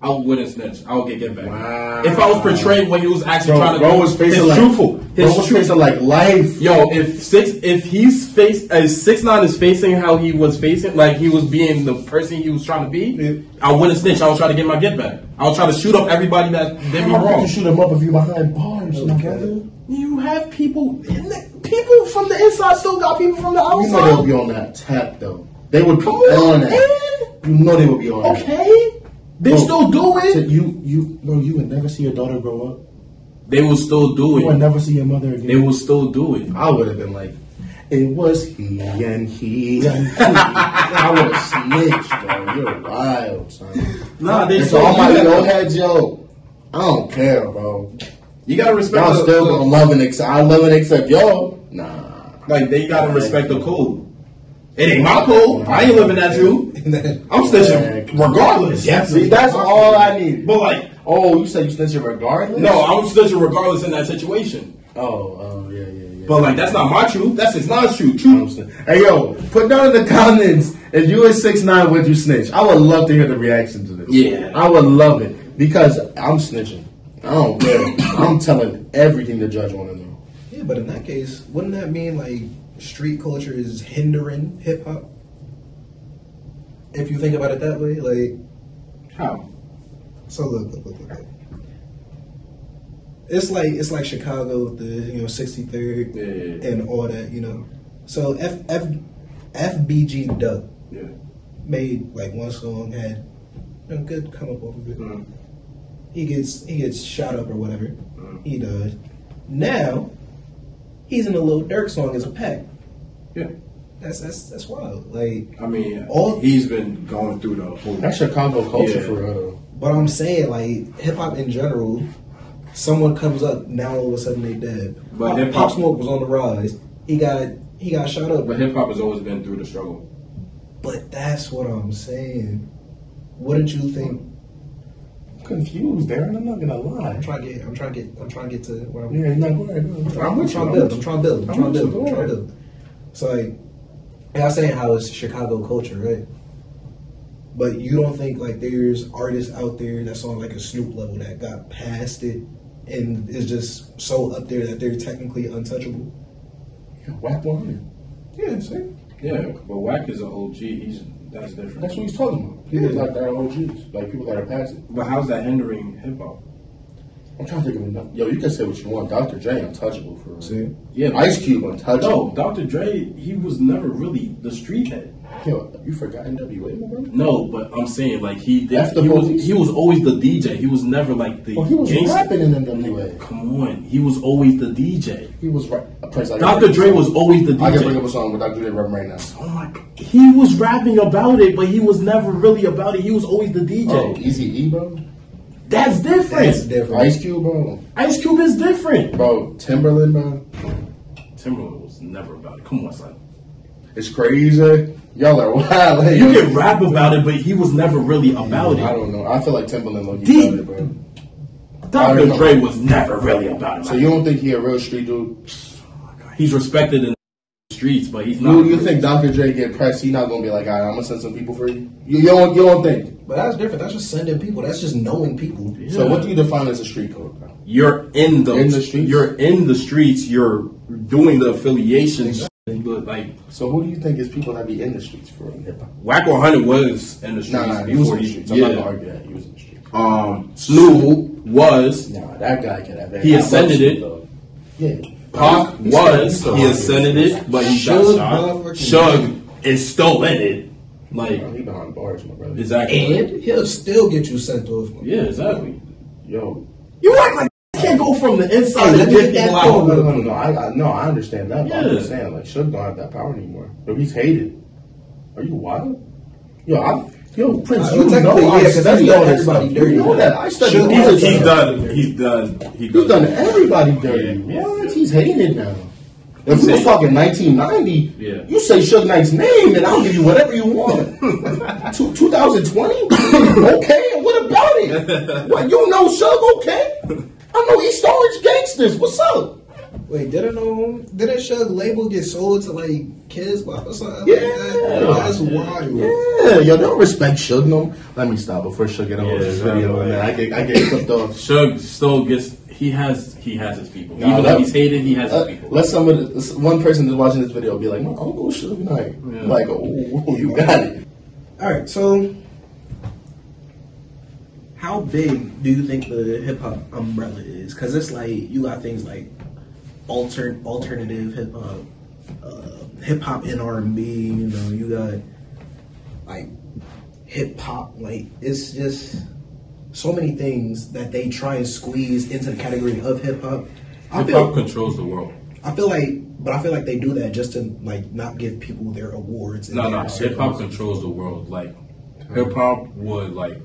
Speaker 1: I wouldn't snitch. I would get get back.
Speaker 3: Wow.
Speaker 1: If I was portraying what he was actually
Speaker 3: bro,
Speaker 1: trying to
Speaker 3: bro
Speaker 1: do,
Speaker 3: was facing
Speaker 1: his
Speaker 3: like
Speaker 1: truthful,
Speaker 3: Bro was
Speaker 1: his truth.
Speaker 3: facing like life.
Speaker 1: Yo, if six, if he's face, uh, six nine is facing how he was facing, like he was being the person he was trying to be,
Speaker 3: Yeah.
Speaker 1: I wouldn't snitch. I would try to get my get back. I would try to shoot up everybody that did me
Speaker 3: How could
Speaker 1: wrong.
Speaker 3: you shoot him up if you behind bars, my brother?
Speaker 1: You have people, people from the inside still got people from the
Speaker 3: You know they
Speaker 1: outside.
Speaker 3: would be on that tap though. They would be
Speaker 1: Come
Speaker 3: on
Speaker 1: on,
Speaker 3: that. You know they would be on that.
Speaker 1: okay, they
Speaker 3: Bro,
Speaker 1: still do
Speaker 3: So
Speaker 1: it.
Speaker 3: you you bro, you would never see your daughter grow up.
Speaker 1: They will still
Speaker 3: You
Speaker 1: do
Speaker 3: would
Speaker 1: it.
Speaker 3: never see your mother
Speaker 1: They
Speaker 3: again.
Speaker 1: will still do it.
Speaker 3: I would have been like, it was he and he and he. I would have snitched, bro. You're wild, son.
Speaker 1: Nah, they
Speaker 3: It's all my little head, yo. I don't care, bro.
Speaker 1: You gotta respect.
Speaker 3: Y'all
Speaker 1: the-
Speaker 3: still gonna love and accept. I love and accept y'all. Nah.
Speaker 1: Like they gotta respect the code. It ain't my code. I ain't living at you. I'm snitching regardless.
Speaker 3: See, that's all I need.
Speaker 1: But like,
Speaker 3: Oh, you said you snitching regardless?
Speaker 1: no, I'm snitching regardless in that situation.
Speaker 3: Oh, oh, yeah, yeah, yeah.
Speaker 1: But like, that's not my truth. That's his not truth.
Speaker 3: You know what
Speaker 1: Truth.
Speaker 3: I'm saying? Hey yo, put down in the comments if you were six nine, would you snitch? I would love to hear the reaction to this.
Speaker 1: Yeah.
Speaker 3: I would love it because I'm snitching. I don't care. I'm telling everything the judge want to know.
Speaker 2: yeah, but in that case, wouldn't that mean like street culture is hindering hip hop? If you think about it that way, like
Speaker 1: How?
Speaker 2: so look, look, look, look. look. It's like it's like Chicago with the you know 63rd
Speaker 1: Yeah, yeah, yeah.
Speaker 2: and all that, you know. So F F FBG Duck
Speaker 1: Yeah.
Speaker 2: made like one song had a good come up over it.
Speaker 1: Mm.
Speaker 2: He gets he gets shot up or whatever.
Speaker 1: Mm.
Speaker 2: He dies. Now he's in a little Dirk song as a pack.
Speaker 1: Yeah.
Speaker 2: That's that's that's wild. Like,
Speaker 1: I mean,
Speaker 2: All-
Speaker 1: he's been going through the whole.
Speaker 3: That's Chicago culture
Speaker 1: Yeah.
Speaker 3: for real. though.
Speaker 2: but I'm saying like hip hop in general. Someone comes up now, all of a sudden they dead.
Speaker 1: But
Speaker 2: Pop,
Speaker 1: hip-hop-
Speaker 2: Pop Smoke was on the rise. He got he got shot up.
Speaker 1: But hip hop has always been through the struggle.
Speaker 2: But that's what I'm saying. Wouldn't you think?
Speaker 3: I'm confused, Darren. I'm not gonna
Speaker 2: I'm
Speaker 3: lie.
Speaker 2: trying to get. I'm trying to get. I'm trying to get to what I'm.
Speaker 3: Yeah, no, go ahead, go ahead.
Speaker 2: I'm,
Speaker 3: I'm with you.
Speaker 2: trying
Speaker 3: I'm
Speaker 2: to build. I'm
Speaker 3: with you.
Speaker 2: trying to build. I'm
Speaker 3: I'm
Speaker 2: trying to
Speaker 3: with
Speaker 2: build.
Speaker 3: you,
Speaker 2: I'm trying to
Speaker 3: go
Speaker 2: build. It's like, yeah, I'm saying how it's Chicago culture, right? But you don't think like there's artists out there that's on like a Snoop level that got past it and is just so up there that they're technically untouchable.
Speaker 3: Whack 100. Yeah, see,
Speaker 1: Yeah, but Wack is an OG. He's that's different.
Speaker 3: that's what he's talking about. People like that are OGs, like people that are passing.
Speaker 1: but how's that hindering hip hop?
Speaker 3: I'm trying to think of another. Yo, you can say what you want. Dr. J, untouchable for real.
Speaker 2: See?
Speaker 1: Yeah,
Speaker 3: Ice Cube, untouchable.
Speaker 1: No, Dr. Dre, he was never really the street head.
Speaker 3: Yo, you forgot NWA, my brother?
Speaker 1: No, but I'm saying like he
Speaker 3: That's
Speaker 1: did,
Speaker 3: the
Speaker 1: he,
Speaker 3: police.
Speaker 1: was, he was always the DJ. He was never like the
Speaker 3: Well, Oh, he was
Speaker 1: gangster.
Speaker 3: rapping in NWA.
Speaker 1: Come on, he was always the DJ.
Speaker 3: He was right. A Prince, I
Speaker 1: Dr. Dre was always the
Speaker 3: I can bring up a
Speaker 1: DJ.
Speaker 3: song with Dr. Dre rapping right now.
Speaker 1: Oh my, g- he was rapping about it, but he was never really about it. He was always the DJ.
Speaker 3: Oh, Easy E, bro.
Speaker 1: That's different.
Speaker 2: That's different.
Speaker 3: Ice Cube, bro.
Speaker 1: Ice Cube is different.
Speaker 3: Bro, Timberland, bro.
Speaker 1: Timberland was never about it. Come on, son.
Speaker 3: It's crazy. Y'all are wild. Like,
Speaker 1: You can rap about it, but he was never really about
Speaker 3: I
Speaker 1: it.
Speaker 3: don't know. I feel like Timberland low key
Speaker 1: Deep.
Speaker 3: about it, bro. I
Speaker 1: Dr.
Speaker 3: don't know.
Speaker 1: Dre was never really about it.
Speaker 3: So you don't think he a real street dude?
Speaker 1: he's respected in the streets, but he's not.
Speaker 3: Dude, you think Dr. Dre get pressed? He not gonna be like, alright, I'm gonna send some people for you. You, you don't, you don't think?
Speaker 2: But that's different. That's just sending people. That's just knowing people.
Speaker 3: So what do you define as a street code? Bro?
Speaker 1: You're in the,
Speaker 3: In the streets?
Speaker 1: You're in the streets. You're doing the affiliations. But like
Speaker 3: So who do you think is people that be in the streets for hip hop?
Speaker 1: Whack 100 was in the streets
Speaker 3: Nah, nah, he was
Speaker 1: before
Speaker 3: in
Speaker 1: he.
Speaker 3: the streets. I'm not gonna
Speaker 1: Yeah.
Speaker 3: argue that he was in the streets.
Speaker 1: Um, Snoop was.
Speaker 3: Nah, that guy can have that.
Speaker 1: He
Speaker 3: I love
Speaker 1: ascended
Speaker 3: Snoop
Speaker 1: it.
Speaker 3: Dogg. Yeah.
Speaker 1: Pac
Speaker 3: He's still- he's
Speaker 1: was.
Speaker 3: still
Speaker 1: He
Speaker 3: out
Speaker 1: ascended
Speaker 3: here.
Speaker 1: it, but he
Speaker 2: Shug,
Speaker 1: got shot.
Speaker 2: motherfucking-
Speaker 1: Shug is still in it. Like
Speaker 3: He behind bars, my brother.
Speaker 1: exactly.
Speaker 2: And he'll still get you sent off.
Speaker 1: Yeah, exactly.
Speaker 3: Yo,
Speaker 1: You act like you can't go from the
Speaker 2: Hey,
Speaker 1: inside
Speaker 2: let
Speaker 1: and
Speaker 2: me
Speaker 1: get
Speaker 2: get that
Speaker 1: people
Speaker 3: No,
Speaker 1: out.
Speaker 3: no, no, no, no. I, I, no, I understand that. But I'm
Speaker 1: Yeah.
Speaker 3: just saying, like, Suge don't have that power anymore. Yo, he's hated. Are you wild? Yo, I'm, yo, Prince,
Speaker 2: Uh,
Speaker 3: you
Speaker 2: well,
Speaker 3: know
Speaker 2: technically,
Speaker 3: I
Speaker 2: yeah, 'cause
Speaker 3: study
Speaker 2: he's
Speaker 3: all
Speaker 2: done
Speaker 3: this stuff.
Speaker 2: everybody dirty.
Speaker 3: You know that. I study
Speaker 2: Suge
Speaker 3: all
Speaker 1: He's,
Speaker 3: this
Speaker 1: a,
Speaker 3: stuff.
Speaker 1: he's done. He's done. He
Speaker 3: He's
Speaker 1: does-
Speaker 3: done everybody dirty.
Speaker 1: Yeah, yeah,
Speaker 3: what?
Speaker 1: yeah.
Speaker 3: He's hated now. If we
Speaker 1: He's
Speaker 3: was
Speaker 1: hated.
Speaker 3: talking 1990,
Speaker 1: Yeah.
Speaker 3: you say Suge Knight's name and I'll give you whatever you want. Two- 2020? okay, and what about it? What, you know Suge, okay? I know East Orange gangsters. What's up?
Speaker 2: Wait, didn't um, didn't Shug label get sold to like Kids Bop or something?
Speaker 3: Yeah.
Speaker 2: like that? that's wild.
Speaker 3: Yeah, yo, don't respect Suge no. Let me stop before Suge get on
Speaker 1: Yeah,
Speaker 3: this video,
Speaker 1: exactly.
Speaker 3: man. I get, I get clipped off.
Speaker 1: Shug still gets. He has. He has his people.
Speaker 3: Nah,
Speaker 1: Even
Speaker 3: let-
Speaker 1: though he's hated, he has
Speaker 3: Uh,
Speaker 1: his people.
Speaker 3: let somebody, this- one person that's watching this video be like, my uncle Suge Knight.
Speaker 1: Yeah.
Speaker 3: Like, oh, you got it.
Speaker 5: All right, so how big do you think the hip hop umbrella is? Because it's like you got things like altern alternative hip hop, uh, hip hop and R and B. You know, you got
Speaker 2: Like hip hop, like it's just so many things that they try and squeeze into the category of hip hop. I
Speaker 1: Hip hop
Speaker 2: feel,
Speaker 1: controls the world.
Speaker 2: I feel like, but I feel like they do that just to like not give people their awards. and
Speaker 1: No,
Speaker 2: their
Speaker 1: no. Hip hop controls the world. Like hip hop would like.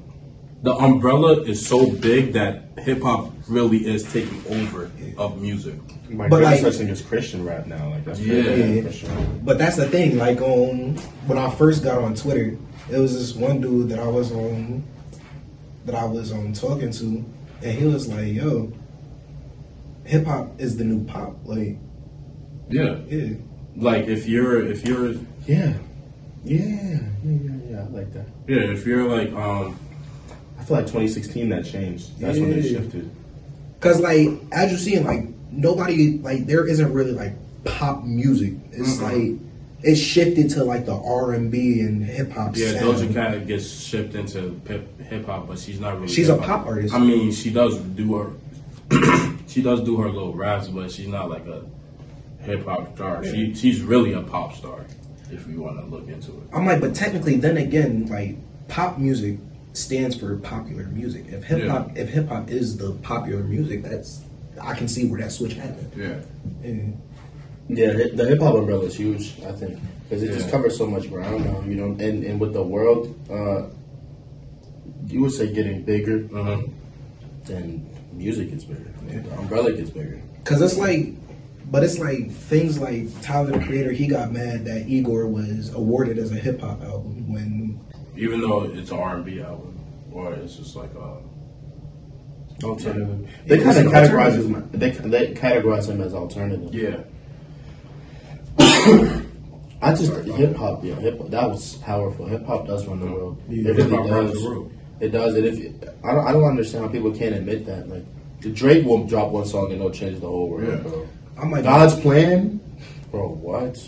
Speaker 1: The umbrella is so big that hip hop really is taking over of music.
Speaker 3: My
Speaker 2: But, like-
Speaker 3: person is Christian rap now. Like that's
Speaker 1: Yeah.
Speaker 3: crazy.
Speaker 2: Yeah.
Speaker 3: Christian rap.
Speaker 2: But that's the thing. Like on when I first got on Twitter, it was this one dude that I was on that I was um talking to, and he was like, "Yo, hip hop is the new pop." Like,
Speaker 1: Yeah.
Speaker 2: yeah,
Speaker 1: Like if you're if you're
Speaker 3: Yeah. Yeah. Yeah. Yeah. Yeah. I like that.
Speaker 1: yeah if you're like um
Speaker 3: I feel like 2016 that changed. That's when it
Speaker 2: Yeah.
Speaker 3: shifted.
Speaker 2: cause like as you see, like nobody like there isn't really like pop music. It's like it shifted to like the R and B and hip hop.
Speaker 1: yeah
Speaker 2: sound.
Speaker 1: Doja Cat gets shipped into hip hip hop, but she's not really.
Speaker 2: She's a
Speaker 1: hip-hop.
Speaker 2: pop artist.
Speaker 1: I mean, she does do her. she does do her little raps, but she's not like a hip hop star. She she's really a pop star, if you want to look into it.
Speaker 2: I'm like, but technically, then again, like pop music stands for popular music. If hip hop, if hip hop is the popular music, that's I can see where that switch happened.
Speaker 1: Yeah.
Speaker 2: And
Speaker 3: Yeah, the- the hip hop umbrella is huge. I think because it just
Speaker 1: Yeah.
Speaker 3: covers so much ground now. You know, and and with the world, uh, you would say getting bigger,
Speaker 1: Uh-huh.
Speaker 3: then music gets bigger. The umbrella gets bigger.
Speaker 2: Cause it's like, but it's like things like Tyler the Creator. He got mad that Igor was awarded as a hip hop album when
Speaker 1: Even though it's an R and B album, or it's just like a
Speaker 3: Alternative.
Speaker 2: Yeah,
Speaker 3: They
Speaker 2: it's
Speaker 3: kind of
Speaker 2: an
Speaker 3: categorize
Speaker 2: alternative.
Speaker 3: him. They, they categorize him as alternative.
Speaker 1: yeah.
Speaker 3: I just hip hop, yeah, hip hop. That was powerful. Hip hop does run the world.
Speaker 1: Yeah.
Speaker 3: It really
Speaker 1: Hip-hop runs
Speaker 3: does.
Speaker 1: the world.
Speaker 3: It does. It if I don't, I don't understand how people can't admit that. Like Drake will drop one song and it'll change the whole world,
Speaker 1: Yeah.
Speaker 3: bro.
Speaker 2: I'm like,
Speaker 3: God's plan, bro. What?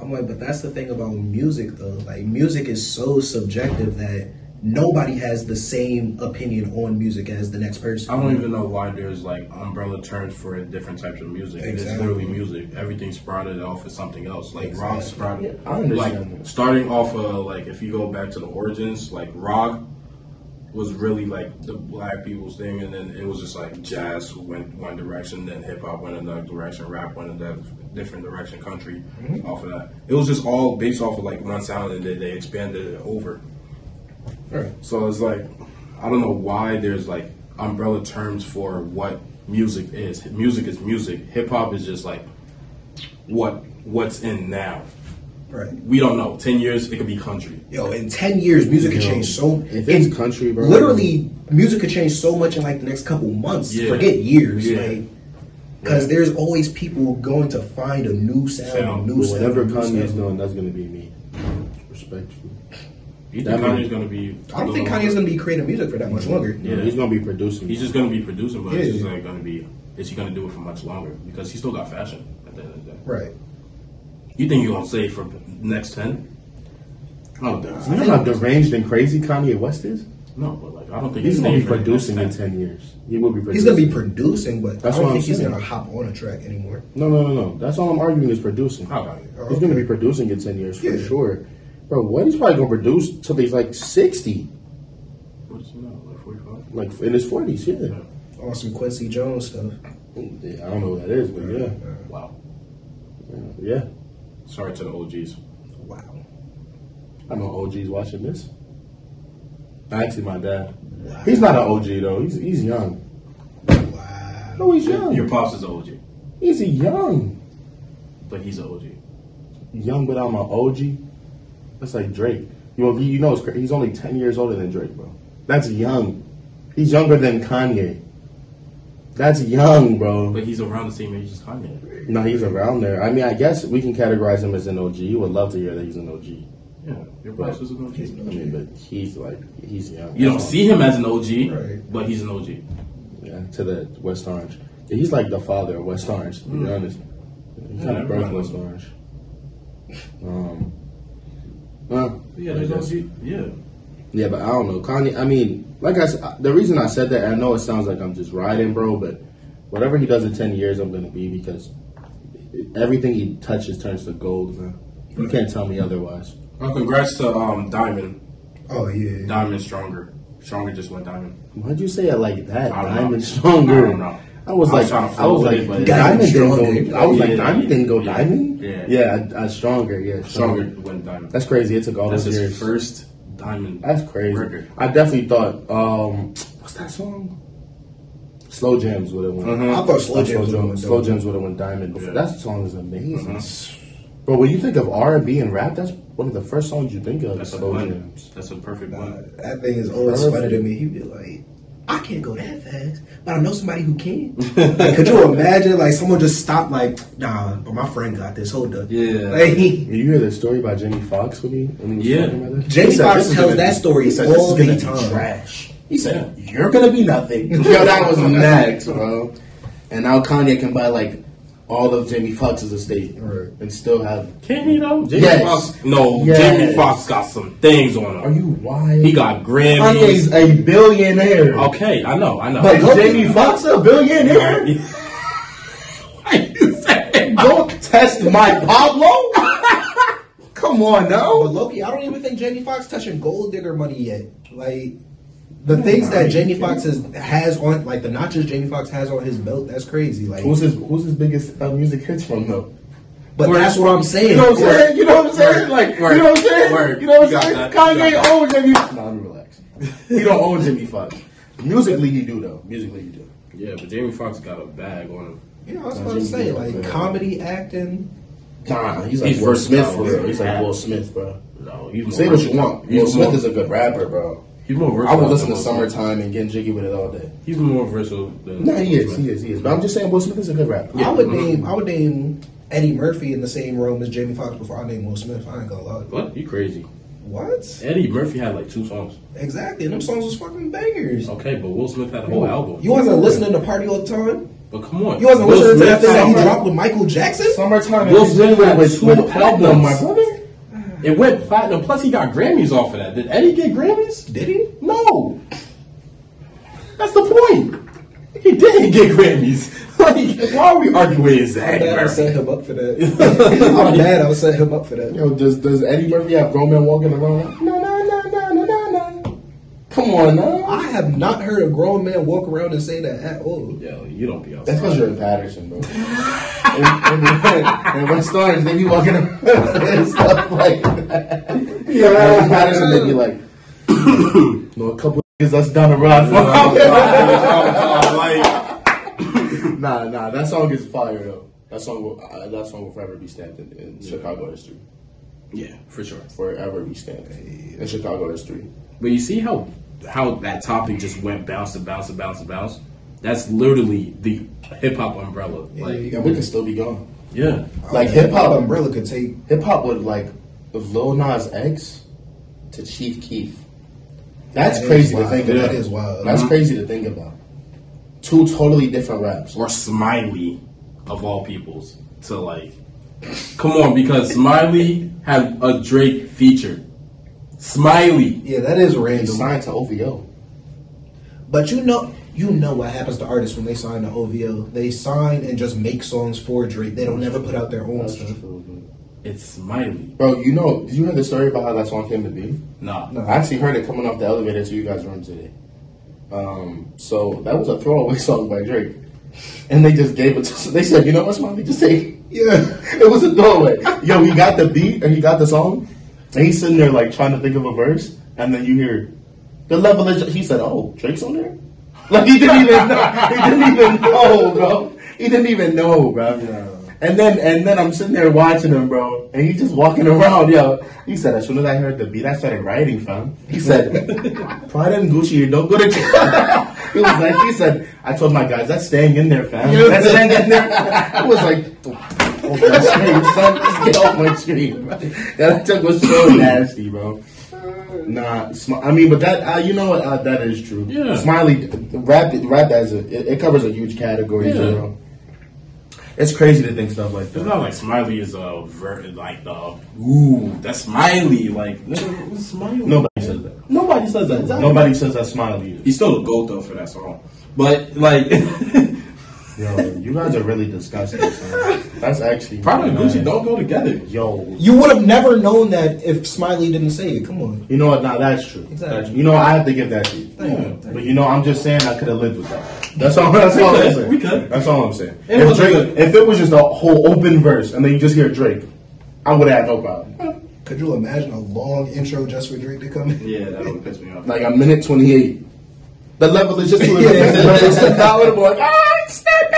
Speaker 2: I'm like, but that's the thing about music though. Like music is so subjective that nobody has the same opinion on music as the next person.
Speaker 1: I don't even know why there's like umbrella terms for different types of music. It's
Speaker 2: Exactly.
Speaker 1: literally music. Everything sprouted off of something else. Like rock sprouted.
Speaker 3: Yeah, I understand
Speaker 1: Like
Speaker 3: that.
Speaker 1: starting off of like if you go back to the origins, like rock was really like the black people's thing, and then it was just like jazz went one direction, then hip hop went another direction, rap went another different direction, country
Speaker 3: Mm-hmm.
Speaker 1: off of that. It was just all based off of like one sound, and then they expanded it over. So it's like, I don't know why there's like umbrella terms for what music is. Music is music. Hip hop is just like what what's in now.
Speaker 2: Right.
Speaker 1: We don't know. Ten years, it could be country.
Speaker 2: Yo, in ten years, music could
Speaker 3: Yo,
Speaker 2: change so.
Speaker 3: if it's
Speaker 2: in-
Speaker 3: country, bro.
Speaker 2: Literally, music could change so much in like the next couple months.
Speaker 1: Yeah.
Speaker 2: Forget years,
Speaker 1: Yeah.
Speaker 2: like because there's always people going to find a new sound,
Speaker 1: Sound.
Speaker 2: a new sound.
Speaker 3: Whatever
Speaker 2: a new
Speaker 3: Kanye's
Speaker 2: sound.
Speaker 3: doing, that's gonna be me. Respectfully.
Speaker 1: You
Speaker 3: That
Speaker 1: think Kanye's
Speaker 3: mean-
Speaker 1: gonna be?
Speaker 2: I don't think Kanye's gonna be creating music for that much longer.
Speaker 1: Yeah.
Speaker 3: He's gonna be producing.
Speaker 1: He's just gonna be producing, but
Speaker 2: Yeah.
Speaker 1: it's just like gonna be. Is he gonna do it for much longer? Because he still got fashion at the end of the day.
Speaker 2: Right.
Speaker 1: You think you're gonna say for next ten? I don't think.
Speaker 3: You know how deranged and crazy Kanye West is?
Speaker 1: No, but like I don't think
Speaker 3: He's gonna be
Speaker 1: staying for the next
Speaker 3: producing in
Speaker 1: 10.
Speaker 3: ten years. He will be producing.
Speaker 2: He's gonna be producing, but
Speaker 3: That's
Speaker 2: I
Speaker 3: what
Speaker 2: don't
Speaker 3: I'm
Speaker 2: think he's
Speaker 3: saying.
Speaker 2: gonna hop on a track anymore.
Speaker 3: No, no, no, no. That's all I'm arguing is producing.
Speaker 1: How about it?
Speaker 2: Oh,
Speaker 3: He's gonna
Speaker 2: okay.
Speaker 3: be producing in ten years for
Speaker 2: Yeah.
Speaker 3: sure, bro. What he's probably gonna produce till he's like sixty,
Speaker 1: What's you know, like 45?
Speaker 3: like in his forties. Yeah.
Speaker 2: On some Quincy Jones stuff.
Speaker 3: yeah, I don't know what that is, but yeah,
Speaker 1: Wow.
Speaker 3: yeah.
Speaker 1: Sorry to the OGs.
Speaker 2: Wow.
Speaker 3: I know OG's watching this. Actually, my dad. He's not an OG though. He's he's young.
Speaker 2: Wow.
Speaker 3: No, he's
Speaker 1: Your,
Speaker 3: young.
Speaker 1: your pops is an OG,
Speaker 3: he's a young,
Speaker 1: but he's an OG.
Speaker 3: young, but I'm an OG. That's like Drake. You know, you know, it's cra- he's only ten years older than Drake, bro. That's young. He's younger than Kanye. That's young, bro.
Speaker 1: But he's around the same age as Kanye.
Speaker 3: No, he's around there. I mean, I guess we can categorize him as an OG. You would love to hear that he's an OG.
Speaker 1: Yeah, your pops is an
Speaker 3: I
Speaker 1: OG.
Speaker 3: mean, but he's like he's young.
Speaker 1: You don't see him as an OG,
Speaker 2: Right.
Speaker 1: but he's an OG.
Speaker 3: yeah, to the West Orange. Yeah, he's like the father of West Orange. To be honest, he kind
Speaker 1: Hmm. Yeah,
Speaker 3: of birthed
Speaker 1: everybody
Speaker 3: West Orange. Um. well,
Speaker 1: Yeah,
Speaker 3: I
Speaker 1: there's
Speaker 3: guess.
Speaker 1: OG. Yeah.
Speaker 3: Yeah, but I don't know, Kanye. I mean, like I said, the reason I said that, I know it sounds like I'm just riding, bro, but whatever he does in ten years, I'm gonna be because everything he touches turns to gold, man. You can't tell me otherwise.
Speaker 1: Well, congrats to um, Diamond.
Speaker 2: Oh yeah.
Speaker 1: Diamond stronger. Stronger just went diamond.
Speaker 3: Why'd you say it like that?
Speaker 1: I don't know.
Speaker 3: Diamond stronger.
Speaker 1: I don't know.
Speaker 3: I was
Speaker 1: I was
Speaker 3: like,
Speaker 1: trying to
Speaker 3: I was
Speaker 1: flow
Speaker 3: like,
Speaker 1: with it, but-
Speaker 3: diamond didn't
Speaker 2: Diamond
Speaker 3: go.
Speaker 2: stronger.
Speaker 3: I was like,
Speaker 1: Yeah.
Speaker 3: diamond didn't go
Speaker 1: Yeah.
Speaker 3: diamond.
Speaker 1: Yeah.
Speaker 3: yeah, I, I stronger. Yeah,
Speaker 1: Stronger went diamond.
Speaker 3: That's crazy. It took all
Speaker 1: That's
Speaker 3: those
Speaker 1: his
Speaker 3: years.
Speaker 1: first diamond.
Speaker 3: That's crazy.
Speaker 1: record.
Speaker 3: I definitely thought, um, what's that song? Slow jams would have went.
Speaker 1: Mm-hmm. Uh-huh.
Speaker 2: I thought Slow Jams would've went
Speaker 3: Slow
Speaker 2: diamond.
Speaker 3: jams would have went diamond.
Speaker 1: Yeah.
Speaker 3: That song is amazing.
Speaker 1: Uh-huh.
Speaker 3: But when you think of R and B and rap, that's one of the first songs you think of.
Speaker 1: That's a
Speaker 3: slow
Speaker 1: blend.
Speaker 3: jams.
Speaker 1: That's a perfect
Speaker 2: Uh,
Speaker 1: blend.
Speaker 2: that thing is always funny to me. He be like, I can't go that fast, but I know somebody who can. like, could you imagine like someone just stopped like, nah, but my friend got this. Hold up.
Speaker 1: Yeah.
Speaker 2: Like,
Speaker 3: You hear the story about Jamie Foxx when he, when he was
Speaker 1: Yeah.
Speaker 3: talking about that?
Speaker 2: Jamie
Speaker 3: He said,
Speaker 2: Foxx
Speaker 3: "This is
Speaker 2: tells
Speaker 3: gonna
Speaker 2: that
Speaker 3: be-
Speaker 2: story
Speaker 3: he said, "This is
Speaker 2: all
Speaker 3: gonna
Speaker 2: the
Speaker 3: be
Speaker 2: time."
Speaker 3: Trash. He said, "You're gonna be nothing." Yo, that was next, bro. And now Kanye can buy like all of Jamie Foxx's estate
Speaker 2: Right.
Speaker 3: and still have.
Speaker 1: Can he though? Jamie
Speaker 3: Yes.
Speaker 1: Foxx. No,
Speaker 3: Yes.
Speaker 1: Jamie Foxx got some things on him.
Speaker 3: Are you wild?
Speaker 1: He got Grammys.
Speaker 3: Kanye's a billionaire.
Speaker 1: Okay, I know, I know.
Speaker 3: But Jamie Foxx a billionaire?
Speaker 1: Why you saying?
Speaker 3: Don't test my Pablo. Come on
Speaker 2: but
Speaker 3: now.
Speaker 2: Loki, I don't even think Jamie Foxx touching gold digger money yet. Like the things that Jamie Foxx has, has on, like the notches Jamie Foxx has on his belt, that's crazy. Like,
Speaker 3: Who's his Who's his biggest uh, music hits from though?
Speaker 2: but that's what I'm saying.
Speaker 3: You know what I'm saying? You know what I'm saying?
Speaker 1: Word.
Speaker 3: Like,
Speaker 1: Word.
Speaker 3: you know what I'm saying?
Speaker 1: Word.
Speaker 3: You know what
Speaker 1: You
Speaker 3: I'm
Speaker 1: got
Speaker 3: saying?
Speaker 1: that. You got
Speaker 3: Kanye
Speaker 1: that.
Speaker 3: owns Jimmy. Nah, let me relax. He don't own Jimmy Foxx. Musically, he do though. Musically, he do.
Speaker 1: Yeah, but Jamie Foxx got a bag on him.
Speaker 2: You know, I was about to say like comedy acting.
Speaker 3: Nah, he's
Speaker 1: He's versatile,
Speaker 3: bro.
Speaker 1: bro.
Speaker 3: He's like Will Smith, bro.
Speaker 1: No, he's more
Speaker 3: Say what you
Speaker 1: versatile.
Speaker 3: want.
Speaker 1: He's
Speaker 3: Will Smith
Speaker 1: more-
Speaker 3: is a good rapper, bro.
Speaker 1: He's more
Speaker 3: I
Speaker 1: versatile.
Speaker 3: would listen
Speaker 1: than
Speaker 3: to
Speaker 1: Will Smith.
Speaker 3: Summertime and get jiggy with it all day.
Speaker 1: He's more versatile than.
Speaker 3: Nah, he is. He is. He is. But I'm just saying, Will Smith is a good rapper.
Speaker 2: I would name I would name Eddie Murphy in the same room as Jamie Foxx before I name Will Smith. I ain't gonna lie.
Speaker 1: What? You crazy?
Speaker 2: What?
Speaker 1: Eddie Murphy had like two songs.
Speaker 2: Exactly. And them songs was fucking bangers.
Speaker 1: Okay, but Will Smith had a whole album.
Speaker 2: You wasn't listening to Party all the time.
Speaker 1: but come on,
Speaker 2: You wasn't
Speaker 1: Will
Speaker 2: listening to that
Speaker 1: Smith
Speaker 2: thing that he
Speaker 1: had-
Speaker 2: dropped with Michael Jackson.
Speaker 3: Summertime.
Speaker 1: Will
Speaker 3: and Get
Speaker 1: Smith
Speaker 3: Jiggy
Speaker 1: had
Speaker 3: with,
Speaker 1: two
Speaker 3: with platinum, my
Speaker 1: albums.
Speaker 3: brother.
Speaker 1: It went platinum. Plus, he got Grammys off of that. Did Eddie get Grammys?
Speaker 2: Did he?
Speaker 1: No. That's the point. He didn't get Grammys. Like, why are we arguing his
Speaker 2: I'm
Speaker 1: that?
Speaker 2: mad I set him up for that. I'm mad I set him up for that.
Speaker 3: Yo, does does Eddie Murphy have grown men walking around? No, no, no, no, no, no, no. Come on, now.
Speaker 2: I have not heard a grown man walk around and say that at all.
Speaker 1: Yo, you don't be
Speaker 3: That's
Speaker 1: outside.
Speaker 3: because you're in Patterson, bro. and, and, and West Orange, they be walking around and stuff like that. Yeah. In Patterson, they be like, no, a couple is us down the road.
Speaker 1: I'm like,
Speaker 3: nah, nah, that song is fire, though. That song will, uh, that song will forever be stamped in, in Chicago history.
Speaker 1: Yeah, for sure.
Speaker 3: Forever we stand. In Chicago, there's three.
Speaker 1: But you see how how that topic just went bounce and bounce and bounce and bounce. That's literally the hip hop umbrella.
Speaker 3: Like,
Speaker 1: Like,
Speaker 3: we could still be gone.
Speaker 1: yeah,
Speaker 3: Like hip hop
Speaker 2: umbrella could take
Speaker 3: Hip hop with like Lil Nas X to Chief Keef. That's
Speaker 2: That is
Speaker 3: crazy to
Speaker 2: wild.
Speaker 3: think
Speaker 2: That
Speaker 3: about.
Speaker 2: is wild.
Speaker 3: That's
Speaker 2: Mhm.
Speaker 3: crazy to think about. Two totally different raps.
Speaker 1: or Smiley of all peoples to like. Come on, because Smiley had a Drake feature. Smiley,
Speaker 2: yeah, that is
Speaker 3: And
Speaker 2: random.
Speaker 3: signed to OVO.
Speaker 2: But you know, you know what happens to artists when they sign to OVO. They sign and just make songs for Drake. They don't never put out their own stuff.
Speaker 1: it's Smiley.
Speaker 3: Bro, you know, did you hear the story about how that song came to be?
Speaker 1: Nah,
Speaker 2: No.
Speaker 3: I actually heard it coming off the elevator to you guys' room today. Um, so that was a throwaway song by Drake, and they just gave it. to They said, "You know what, Smiley? Just say yeah." It was a throwaway. Yo, he got the beat and he got the song, and he's sitting there like trying to think of a verse, and then you hear the level. Of, he said, "Oh, Drake's on there." Like he didn't even know. He didn't even know, bro. He didn't even know, bro. And then and then I'm sitting there watching him, bro, and he's just walking around, yo. He said, as soon as I heard the beat, I started writing, fam. He said, Pride and Gucci, you don't go to jail. It was like he said, I told my guys, that's staying in there, fam. That's staying in there. It was like off my screen, son. Just get off my screen. bro. That took was so nasty, bro. Nah, smi- I mean, but that uh, you know what uh, that is true.
Speaker 1: Yeah.
Speaker 3: Smiley rap rap that is a, it, it covers a huge category.
Speaker 1: Yeah.
Speaker 3: You know? It's crazy to think stuff like
Speaker 1: it's
Speaker 3: that.
Speaker 1: not like Smiley is a ver- like the ooh that's Smiley like nigga, it's Smiley.
Speaker 3: Nobody says that. Nobody says that. Nobody says that. Smiley.
Speaker 1: He's still a goat though for that song. But like
Speaker 3: Yo, you guys are really disgusting. son. That's actually
Speaker 1: Prada and Gucci
Speaker 3: nice.
Speaker 1: don't go together.
Speaker 3: Yo,
Speaker 2: You would have never known that if Smiley didn't say it. Come on.
Speaker 3: you know what? Nah, that's true.
Speaker 2: Exactly.
Speaker 3: That's- You know, I have to give that to you.
Speaker 2: Thank you.
Speaker 3: But you know, I'm just saying I could have lived with that. That's all. That's all
Speaker 1: could,
Speaker 3: I'm saying.
Speaker 1: we could.
Speaker 3: That's all I'm saying.
Speaker 1: It
Speaker 3: if,
Speaker 1: was
Speaker 3: Drake,
Speaker 1: good.
Speaker 3: if it was just a whole open verse and then you just hear Drake, I would have had no problem.
Speaker 2: Could you imagine a long intro just for Drake to come in?
Speaker 1: Yeah, that would piss me off.
Speaker 3: Like a minute twenty eight. The level is just too
Speaker 2: Yeah.
Speaker 3: advanced. But it's just not what I'm like, ah, it's not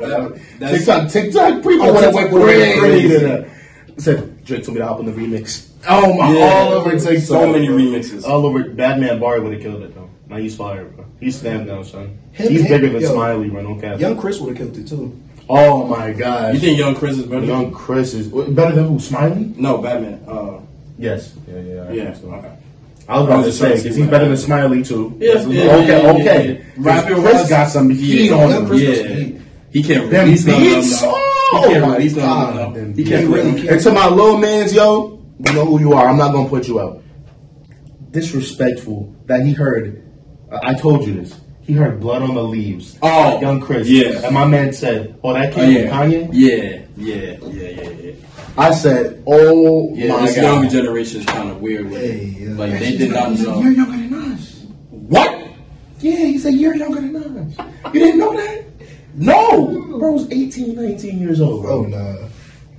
Speaker 1: That-
Speaker 3: bad.
Speaker 1: that's-
Speaker 3: TikTok, TikTok, people
Speaker 2: Oh,
Speaker 3: would have
Speaker 2: TikTok
Speaker 3: went
Speaker 2: would've
Speaker 3: crazy.
Speaker 2: went crazy.
Speaker 3: Said Drake told me to hop on the remix. Oh my!
Speaker 1: Yeah.
Speaker 3: all over TikTok.
Speaker 1: So many
Speaker 3: bro.
Speaker 1: remixes.
Speaker 3: All over. Batman Barry would have killed it though. Now he's fire, bro. He's stamped now, son.
Speaker 2: Him-
Speaker 3: he's
Speaker 2: him-
Speaker 3: bigger than
Speaker 2: yo.
Speaker 3: Smiley, bro. No cap.
Speaker 2: Young Chris would have killed it too.
Speaker 3: Oh my gosh.
Speaker 1: You think Young Chris is better?
Speaker 3: Young Chris is wait, better than who? Smiley?
Speaker 1: No, Batman. Uh,
Speaker 3: Yes. Yeah, yeah,
Speaker 1: yeah. Okay.
Speaker 3: I was about to say
Speaker 1: Yeah.
Speaker 3: because he's better than Smiley too.
Speaker 1: Yeah,
Speaker 3: Yes,
Speaker 1: yeah, yeah, yeah,
Speaker 3: okay,
Speaker 1: yeah.
Speaker 3: okay.
Speaker 1: Rapid
Speaker 3: Chris
Speaker 1: Russ-
Speaker 3: got some heat
Speaker 2: Yeah,
Speaker 3: on
Speaker 2: Young
Speaker 3: him.
Speaker 2: Chris
Speaker 3: Yeah.
Speaker 2: does heat.
Speaker 1: Yeah. He can't
Speaker 3: Them
Speaker 1: release none of
Speaker 3: beats?
Speaker 1: them. though.
Speaker 3: Oh
Speaker 1: He can't
Speaker 3: my
Speaker 1: release none of
Speaker 3: God,
Speaker 1: them.
Speaker 3: them
Speaker 1: though. He can't
Speaker 2: beats.
Speaker 1: release.
Speaker 2: Really?
Speaker 3: And to my little man's yo, you know who you are. I'm not gonna put you out. Disrespectful that he heard. uh, I I told you this. He heard blood on the leaves.
Speaker 1: Oh,
Speaker 3: young Chris.
Speaker 1: yeah.
Speaker 3: and my man said, "Oh, that
Speaker 1: Oh,
Speaker 3: came
Speaker 1: yeah.
Speaker 3: from Kanye."
Speaker 1: yeah, yeah, yeah, yeah, yeah.
Speaker 3: I said, "Oh
Speaker 1: Yeah,
Speaker 3: my
Speaker 1: this
Speaker 3: god."
Speaker 1: younger generation is kind of weird with it.
Speaker 2: Hey, yeah.
Speaker 1: Like they did uh, not
Speaker 3: He's like,
Speaker 1: know.
Speaker 3: You're younger than us.
Speaker 1: What?
Speaker 3: Yeah, he said you're younger than us. You didn't know that? No, bro was 18, 19 years old. Bro.
Speaker 2: Oh nah.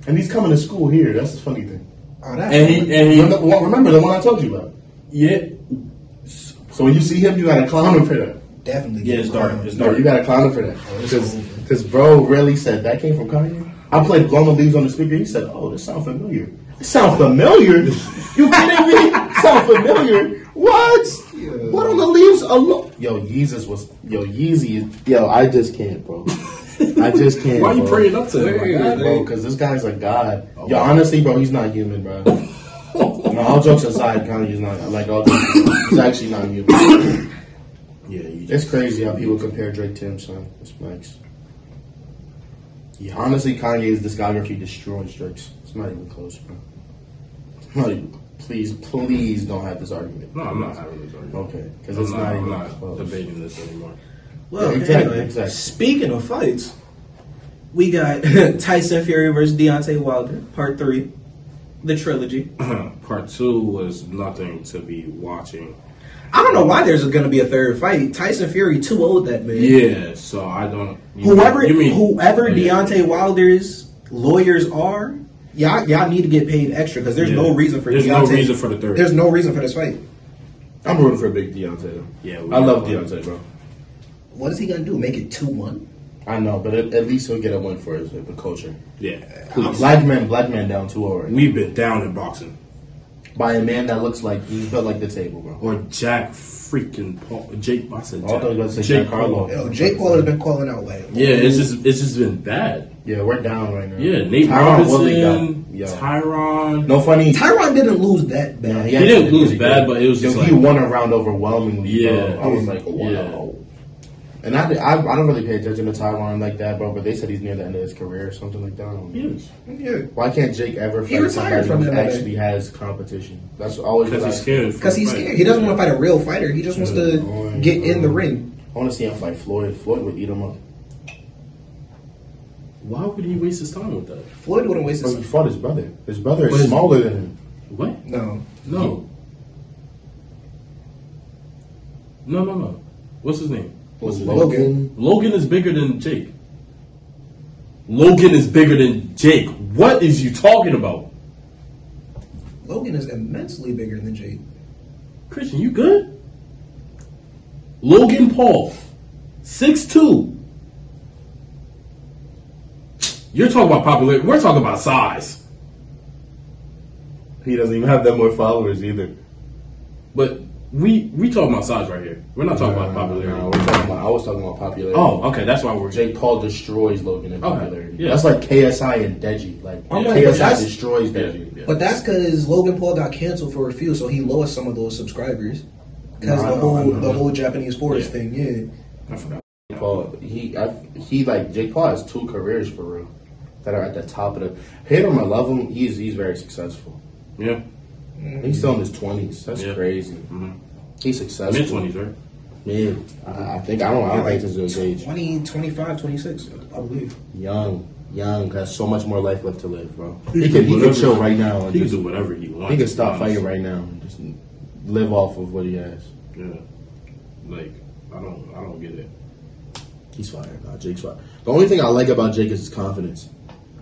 Speaker 3: And he's coming to school here. That's the funny thing.
Speaker 2: Oh, that
Speaker 1: And he and he
Speaker 3: Remember, well, remember the one I told you about.
Speaker 1: yeah
Speaker 3: So when you see him, you got to clown him for that.
Speaker 2: definitely.
Speaker 1: yeah it's dark it's
Speaker 3: No,
Speaker 1: dark.
Speaker 3: you got to clown him for that.
Speaker 2: it's
Speaker 3: Because
Speaker 2: over.
Speaker 3: bro really said that came from Kanye. I played "Blown the Leaves" on the speaker. He said, "Oh, this sound familiar." This sound familiar? you kidding me? sound familiar? What? Blood on the leaves alone? Yo, Yeezus was. Yo, Yeezy. is- Yo, I just can't, bro. I just can't.
Speaker 1: Why you
Speaker 3: bro.
Speaker 1: praying up Oh. to him?
Speaker 3: Oh my God, bro, because this guy's a god. Yo, honestly, bro, he's not human, bro. no, all jokes aside, Kanye's not like all jokes. aside, He's actually not human.
Speaker 1: Yeah, you just
Speaker 3: it's crazy how people compare Drake to him, son. It's Max. Yeah, honestly, Kanye's discography destroys Drake's. It's not even close, bro. Not even. Please, please don't have this argument.
Speaker 1: no I'm not having this argument.
Speaker 3: Okay, because
Speaker 1: I'm
Speaker 3: it's
Speaker 1: not,
Speaker 3: not,
Speaker 1: I'm
Speaker 3: even
Speaker 1: not
Speaker 3: close.
Speaker 1: debating this anymore.
Speaker 5: Well,
Speaker 3: Yeah, exactly,
Speaker 5: anyway,
Speaker 3: exactly.
Speaker 5: speaking of fights, we got Tyson Fury versus Deontay Wilder, part three, the trilogy.
Speaker 1: Part two was nothing to be watching.
Speaker 5: I don't know why there's going to be a third fight. Tyson Fury too old that man.
Speaker 1: Yeah, so I don't. You
Speaker 5: Whoever,
Speaker 1: mean, you mean
Speaker 5: whoever
Speaker 1: yeah.
Speaker 5: Deontay Wilder's lawyers are, y'all, y'all need to get paid extra because there's
Speaker 1: Yeah.
Speaker 5: no reason for
Speaker 1: There's
Speaker 5: Deontay.
Speaker 1: no reason for the third.
Speaker 2: There's no reason for this fight.
Speaker 3: I'm rooting for Big Deontay. Though.
Speaker 1: Yeah, we
Speaker 3: I love
Speaker 1: got one.
Speaker 3: Deontay, bro.
Speaker 2: What is he gonna do? Make it two one?
Speaker 3: I know, but at, at least he'll get a win for his the culture.
Speaker 1: yeah,
Speaker 3: Black man, black man down two already.
Speaker 1: we've been down in boxing.
Speaker 3: by a man that looks like you felt like the table, bro.
Speaker 1: Or Jack freaking Paul, Jake. I said
Speaker 3: Oh, I was gonna say
Speaker 1: Jack.
Speaker 3: Jack Harlow.
Speaker 2: Yo, Jake Paul has been calling out like
Speaker 1: Yeah, it's just it's just been bad.
Speaker 3: Yeah, we're down right now.
Speaker 1: Yeah, Nate
Speaker 3: Tyron Woodley
Speaker 1: Robinson,
Speaker 3: got- yo.
Speaker 1: Tyron.
Speaker 3: No funny.
Speaker 2: Tyron didn't lose that
Speaker 3: Yeah,
Speaker 2: bad.
Speaker 1: He didn't
Speaker 3: actually
Speaker 1: lose
Speaker 3: really
Speaker 1: bad,
Speaker 3: good.
Speaker 1: but it was just
Speaker 3: he
Speaker 1: like-
Speaker 3: won a round overwhelmingly.
Speaker 1: Yeah.
Speaker 3: bro. I was like, wow.
Speaker 1: Yeah.
Speaker 3: And I, did- I, I don't really pay attention to Tyron like that, bro. But they said he's near the end of his career or something like that. I don't know.
Speaker 1: Yes,
Speaker 2: Yeah,
Speaker 3: Why can't Jake ever
Speaker 2: He
Speaker 3: fight
Speaker 2: retired
Speaker 3: somebody
Speaker 2: from
Speaker 3: who
Speaker 2: MMA.
Speaker 3: actually has competition? That's always
Speaker 1: because
Speaker 3: what
Speaker 1: he's
Speaker 3: I-
Speaker 1: scared. for
Speaker 2: because
Speaker 1: the
Speaker 2: he's
Speaker 1: fight.
Speaker 2: scared. He doesn't want to fight a real fighter. He just wants
Speaker 3: Good
Speaker 2: to
Speaker 3: lord,
Speaker 2: get in the
Speaker 3: bro.
Speaker 2: ring.
Speaker 3: I want to see him fight Floyd. Floyd would eat him up.
Speaker 1: Why would he waste his time with that?
Speaker 2: Floyd wouldn't waste
Speaker 3: But
Speaker 2: his.
Speaker 3: he fought his brother. His brother
Speaker 1: But
Speaker 3: is
Speaker 1: his-
Speaker 3: smaller than him.
Speaker 1: What?
Speaker 2: No,
Speaker 1: No. No, no, no. What's his name?
Speaker 3: Was
Speaker 2: Logan.
Speaker 1: Logan is bigger than Jake. Logan is bigger than Jake. What is you talking about?
Speaker 2: Logan is immensely bigger than Jake.
Speaker 1: Christian, you good? Logan Paul, 6'2. You're talking about popularity. We're talking about size.
Speaker 3: He doesn't even have that much followers either.
Speaker 1: But we we talking about size right here. We're not talking about popularity.
Speaker 3: No, we're talking about, I was talking about popularity.
Speaker 1: Oh, okay. That's why we're
Speaker 3: Jake Paul destroys Logan in
Speaker 1: Okay,
Speaker 3: popularity.
Speaker 1: yeah. Oh
Speaker 3: That's like KSI and Deji. Like
Speaker 1: I'm like,
Speaker 3: KSI
Speaker 2: that's-
Speaker 3: destroys
Speaker 1: Yeah,
Speaker 3: Deji.
Speaker 1: yeah.
Speaker 2: But that's because Logan Paul got canceled for a few, so he lost some of those subscribers. Because
Speaker 3: No, I
Speaker 2: the
Speaker 3: know,
Speaker 2: whole
Speaker 3: I know.
Speaker 2: the whole Japanese forest
Speaker 1: Yeah.
Speaker 2: thing, yeah.
Speaker 1: I forgot.
Speaker 3: Paul, he I, he like Jake Paul has two careers for real that are at the top of the. Hate him or love him, he's he's very successful.
Speaker 1: Yeah.
Speaker 3: He's still in his twenties. That's
Speaker 1: Mm-hmm. Yeah. Mm-hmm.
Speaker 3: crazy. He's successful.
Speaker 1: Mid twenties, right?
Speaker 3: Yeah, I, I think I don't. I don't think this is his age.
Speaker 2: 20, 25, 26, I believe.
Speaker 3: Young, young has so much more life left to live, bro. He,
Speaker 1: can
Speaker 3: can
Speaker 1: do
Speaker 3: he can
Speaker 1: whatever-
Speaker 3: chill right now. And
Speaker 1: He can
Speaker 3: just,
Speaker 1: do whatever he wants.
Speaker 3: he can
Speaker 1: to
Speaker 3: stop
Speaker 1: be honest.
Speaker 3: fighting right now. And just live off of what he has.
Speaker 1: Yeah. Like I don't I don't get it.
Speaker 3: He's fired. Nah, Jake's fired. The only thing I like about Jake is his confidence.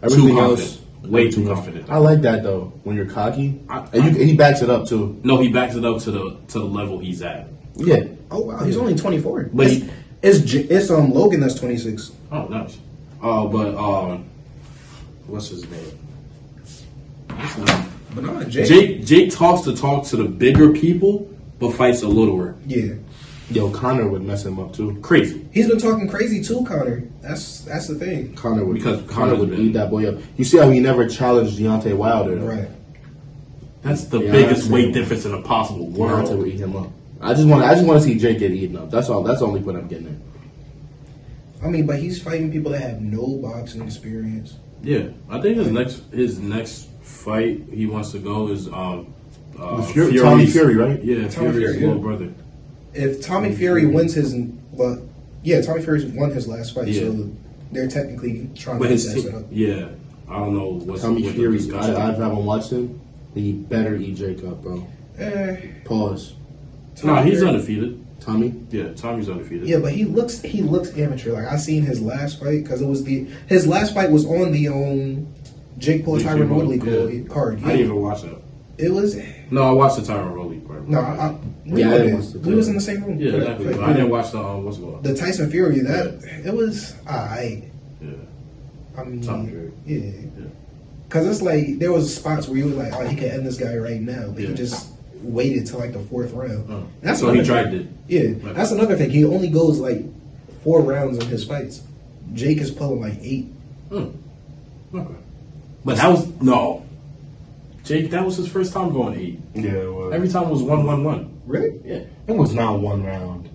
Speaker 3: Everything else,
Speaker 1: confident. Way too confident.
Speaker 3: I like that though. When you're cocky,
Speaker 1: I-
Speaker 3: and, you, and he backs it up too.
Speaker 1: No, he backs it up to the to the level he's at.
Speaker 3: Yeah,
Speaker 2: Oh wow, he's only twenty four.
Speaker 1: But
Speaker 2: But
Speaker 1: he-
Speaker 2: it's J- it's um Logan that's twenty six.
Speaker 1: Oh, nice. Uh, but um, what's his name? What's his name?
Speaker 2: But not Jake.
Speaker 1: Jake Jake talks to talk to the bigger people, but fights the littler.
Speaker 2: Yeah,
Speaker 3: yo, Connor would mess him up too.
Speaker 1: Crazy.
Speaker 2: he's been talking crazy too, Connor. That's that's the thing.
Speaker 3: Connor would
Speaker 1: Because
Speaker 3: Connor
Speaker 1: Connor's
Speaker 3: would
Speaker 1: been-
Speaker 3: beat that boy up. You see how he never challenged Deontay Wilder. though?
Speaker 2: Right.
Speaker 1: That's the
Speaker 3: Yeah,
Speaker 1: biggest
Speaker 3: that's
Speaker 1: weight
Speaker 3: it.
Speaker 1: difference in the possible world.
Speaker 3: Deontay would eat him up. I just want. I just want to see Jake get eaten up. That's all. That's the only point I'm getting at.
Speaker 2: I mean, but he's fighting people that have no boxing experience.
Speaker 1: Yeah, I think his next his next fight he wants to go is um, uh,
Speaker 3: With Fury- Tommy
Speaker 1: Fury's-
Speaker 3: Fury, right?
Speaker 1: Yeah,
Speaker 2: Tommy
Speaker 1: Fury's
Speaker 2: Fury,
Speaker 1: little
Speaker 2: yeah.
Speaker 1: brother.
Speaker 2: If Tommy Fury wins his, well, yeah, Tommy Fury's won his last fight,
Speaker 1: Yeah.
Speaker 2: so they're technically trying
Speaker 1: But
Speaker 2: to get
Speaker 1: his
Speaker 2: that
Speaker 1: team-
Speaker 2: set up.
Speaker 1: yeah, I don't know what's
Speaker 3: Tommy
Speaker 1: what the
Speaker 3: Fury.
Speaker 1: discussion-
Speaker 3: I, I haven't watched him. He better eat Jake up, bro.
Speaker 2: Eh,
Speaker 3: Pause.
Speaker 1: No,
Speaker 2: Tommy
Speaker 1: he's
Speaker 2: Fury-
Speaker 1: undefeated.
Speaker 3: Tommy.
Speaker 1: Yeah, Tommy's undefeated.
Speaker 2: Yeah, but he looks he looks amateur. Like I seen his last fight because it was the his last fight was on the um Jake Paul
Speaker 1: Jake
Speaker 2: Tyron
Speaker 1: Paul,
Speaker 2: Woodley
Speaker 1: yeah.
Speaker 2: co- card.
Speaker 1: I didn't
Speaker 2: Yeah.
Speaker 1: even watch that.
Speaker 2: It was
Speaker 1: No, I watched the Tyron Rowley part.
Speaker 2: no, I, I, we,
Speaker 3: Yeah, I
Speaker 2: were
Speaker 3: didn't
Speaker 2: there.
Speaker 3: watch the
Speaker 2: we was in the same room.
Speaker 1: yeah,
Speaker 2: for that
Speaker 1: exactly.
Speaker 2: fight.
Speaker 1: But I didn't watch the um, what's it called?
Speaker 2: The Tyson Fury that it was I
Speaker 1: Yeah,
Speaker 2: I mean
Speaker 1: Tyson Fury.
Speaker 2: Um, yeah
Speaker 1: Yeah.
Speaker 2: because it's like there was spots where you was like oh he could end this guy right now but
Speaker 1: Yeah.
Speaker 2: he just waited till like the fourth round.
Speaker 1: Oh.
Speaker 2: That's
Speaker 1: so he
Speaker 2: another
Speaker 1: dragged
Speaker 2: thing. Yeah,
Speaker 1: it. Right.
Speaker 2: that's another thing. He only goes like four rounds in his fights. Jake is pulling like eight.
Speaker 1: Okay. But that was no, Jake. That was his first time going eight.
Speaker 3: Yeah. It was.
Speaker 1: Every time was one one one.
Speaker 2: Really?
Speaker 1: Yeah.
Speaker 3: it was not one round.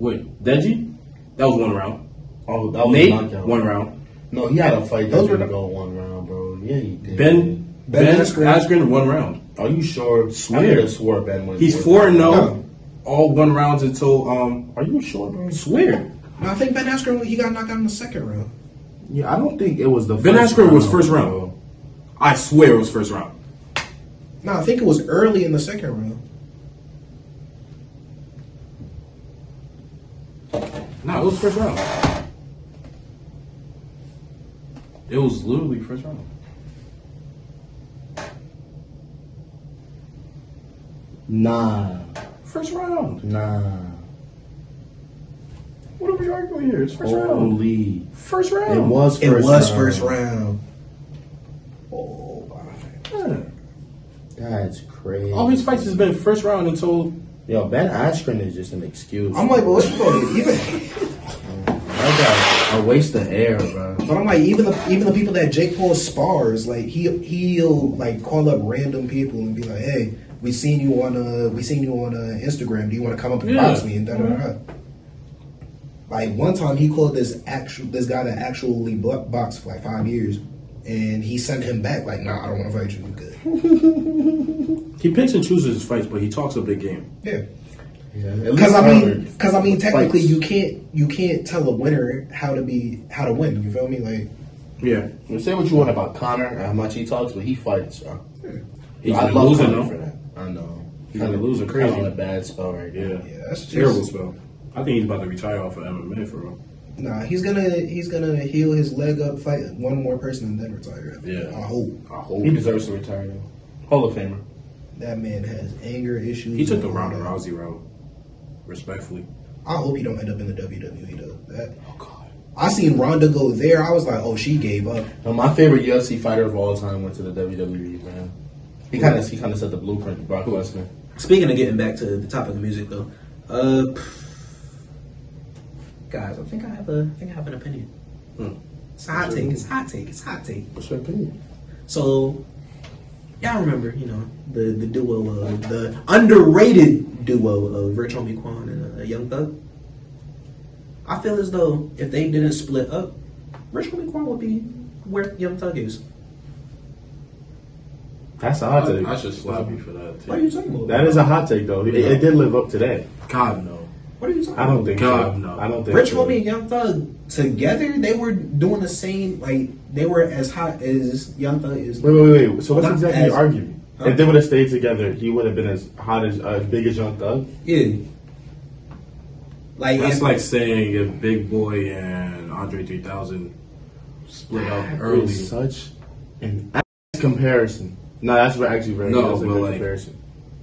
Speaker 1: Wait, Deji, that was one round.
Speaker 3: Oh, that was
Speaker 1: Nate,
Speaker 3: a knockout.
Speaker 1: one round.
Speaker 3: No, he had a fight that
Speaker 2: Those were
Speaker 3: didn't
Speaker 2: the-
Speaker 3: go one round, bro. Yeah, he did.
Speaker 1: Ben Ben,
Speaker 2: Ben
Speaker 1: Askren.
Speaker 2: Askren.
Speaker 1: one round.
Speaker 3: are you sure?
Speaker 1: Swear.
Speaker 3: I could have swore Ben went.
Speaker 1: He's
Speaker 3: one
Speaker 1: four and
Speaker 3: round.
Speaker 1: no, all one rounds until um.
Speaker 3: Are you sure, bro?
Speaker 1: Swear.
Speaker 2: No, I think Ben Askren he got knocked out in the second round.
Speaker 3: Yeah, I don't think it was the.
Speaker 1: Ben
Speaker 3: first
Speaker 1: Askren was
Speaker 3: round,
Speaker 1: first round.
Speaker 3: bro.
Speaker 1: I swear it was first round.
Speaker 2: No, I think it was early in the second round.
Speaker 1: No, it was first round. It was literally first round.
Speaker 3: Nah,
Speaker 1: First round.
Speaker 3: nah.
Speaker 1: What are we arguing here? It's first round.
Speaker 3: Holy.
Speaker 1: First round.
Speaker 3: It was. First
Speaker 2: it was
Speaker 3: round.
Speaker 2: first round. Oh, my.
Speaker 1: Yeah.
Speaker 3: That's crazy.
Speaker 1: All his fights has been first round until
Speaker 3: Yo, Ben Askren is just an excuse.
Speaker 6: I'm like, but what's the even?
Speaker 3: That guy, a waste of air, bro.
Speaker 6: But I'm like, even the even the people that Jake Paul spars, like he he'll like call up random people and be like, hey, we seen you on uh we seen you on uh, Instagram. Do you want to come up and
Speaker 1: Yeah.
Speaker 6: box me? And da da da. da. Like one time, he called this actual this guy that actually bo- boxed for like five years, and he sent him back like, nah, I don't want to fight you. You good?
Speaker 1: he picks and chooses his fights, but he talks a big game.
Speaker 6: Yeah.
Speaker 3: Yeah.
Speaker 6: Because I mean,
Speaker 3: Howard
Speaker 6: because I mean, technically,
Speaker 3: fights.
Speaker 6: you can't you can't tell a winner how to be how to win. You feel me? Like
Speaker 1: Yeah,
Speaker 7: You say what you want about Connor and how much he talks, but he fights, bro.
Speaker 1: he's
Speaker 7: I
Speaker 1: a
Speaker 7: love
Speaker 1: loser
Speaker 7: Connor for
Speaker 1: though.
Speaker 7: that. I know.
Speaker 1: He's a loser, crazy.
Speaker 7: Kind of a bad spell right there.
Speaker 1: Yeah,
Speaker 6: yeah, that's
Speaker 1: terrible
Speaker 6: just,
Speaker 1: spell. I think he's about to retire off of MMA for real.
Speaker 6: nah. He's gonna he's gonna heal his leg up, fight one more person, and then retire.
Speaker 1: Yeah.
Speaker 6: I hope
Speaker 1: I hope
Speaker 7: He deserves to retire, though. Hall of Famer.
Speaker 6: that man has anger issues.
Speaker 1: he took
Speaker 6: and
Speaker 1: the
Speaker 6: all
Speaker 1: Ronda
Speaker 6: that.
Speaker 1: Rousey route, respectfully.
Speaker 6: I hope he don't end up in the WWE though. That. I seen Ronda go there. I was like, oh, she gave up.
Speaker 7: Now, my favorite UFC fighter of all time went to the WWE, man. He kind of he kind of set the blueprint, Brock Lesnar.
Speaker 2: Speaking of getting back to the topic of music, though, uh, guys, I think I have a I think I have an opinion. It's a hot take. It's a hot take. It's a hot take.
Speaker 7: What's your opinion?
Speaker 2: So, y'all remember, you know, the the duo of the underrated duo of Rich Homie Quan and uh, Young Thug. I feel as though if they didn't split up, Rich Homie Quan would be where Young Thug is.
Speaker 3: That's a hot
Speaker 1: I,
Speaker 3: take.
Speaker 1: I should slap you for that.
Speaker 2: What are you
Speaker 1: Too.
Speaker 2: talking about?
Speaker 3: that is a hot take, though. It, it did live up to that.
Speaker 1: God no.
Speaker 2: what are you talking
Speaker 3: I don't
Speaker 2: about?
Speaker 3: think
Speaker 1: God,
Speaker 3: so.
Speaker 1: no.
Speaker 3: I don't think
Speaker 2: Rich
Speaker 3: so.
Speaker 2: Homie and Young Thug together, they were doing the same. Like they were as hot as Young Thug is.
Speaker 3: Wait, wait, wait, wait. So what's
Speaker 2: Not
Speaker 3: exactly
Speaker 2: as-
Speaker 3: your argument?
Speaker 2: Huh?
Speaker 3: If they would have stayed together, he would have been as hot as uh, as big as Young Thug.
Speaker 2: Yeah. Like
Speaker 1: That's
Speaker 2: if-
Speaker 1: like saying if Big Boy and Andre 3000 split up early.
Speaker 3: It's such an ass comparison. No, that's what actually very
Speaker 1: No,
Speaker 3: that's a
Speaker 1: but
Speaker 3: good
Speaker 1: like-
Speaker 3: comparison.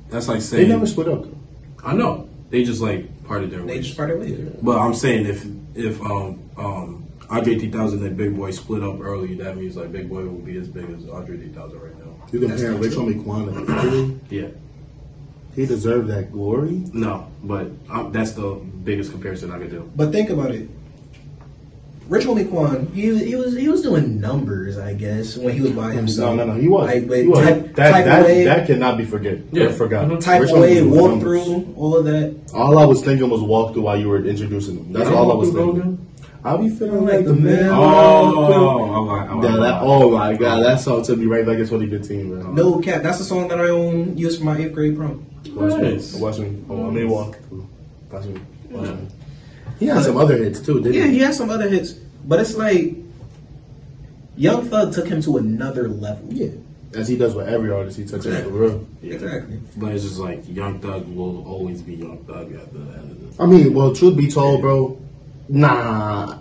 Speaker 1: That's like
Speaker 3: They
Speaker 1: saying
Speaker 3: never split up. though.
Speaker 1: I know they just like parted their
Speaker 2: they
Speaker 1: ways.
Speaker 2: just parted ways.
Speaker 1: But I'm saying if if um um Andre 3000 and Big Boy split up early, that means like Big Boy will be as big as Andre 3000 right now.
Speaker 3: You comparing Rich Homie Quan and Fury?
Speaker 1: Yeah.
Speaker 3: He deserved that glory.
Speaker 1: No, but um, that's the biggest comparison I could do.
Speaker 6: But think about it.
Speaker 2: Rich Homie Quan, he was, he was he was doing numbers, I guess, when he was by himself.
Speaker 3: No, no, no. He was.
Speaker 2: Like, but
Speaker 3: he was.
Speaker 2: type,
Speaker 3: that,
Speaker 2: type
Speaker 3: that,
Speaker 2: away,
Speaker 3: that cannot be forget.
Speaker 1: Yeah.
Speaker 3: Yeah. Forgot.
Speaker 1: Mhm.
Speaker 2: type
Speaker 3: Rich Homie
Speaker 2: away,
Speaker 3: was
Speaker 2: walk
Speaker 3: numbers.
Speaker 2: through, all of that.
Speaker 3: All I was thinking was walk through while you were introducing them. That's
Speaker 1: Yeah.
Speaker 3: all I was
Speaker 1: Walk through
Speaker 3: thinking. I be feeling
Speaker 2: Like
Speaker 3: like
Speaker 2: the
Speaker 3: the
Speaker 2: man.
Speaker 3: man.
Speaker 1: Oh, Oh. okay, okay.
Speaker 3: Yeah, that, oh my god, that song took me right back in 2015, bro.
Speaker 2: No cap, that's a song that I own used for my eighth grade prom.
Speaker 3: Watch
Speaker 1: Nice.
Speaker 3: me. Watch me. Oh, I may walk. Watch me. Watch me. He had some other hits too, didn't
Speaker 2: Yeah,
Speaker 3: he?
Speaker 2: he had some other hits, but it's like Young Thug took him to another level. Yeah,
Speaker 3: As he does with every artist he touches for real.
Speaker 2: exactly.
Speaker 1: But it's just like Young Thug will always be Young Thug at the end of the
Speaker 3: I mean, well, truth be told, bro, nah.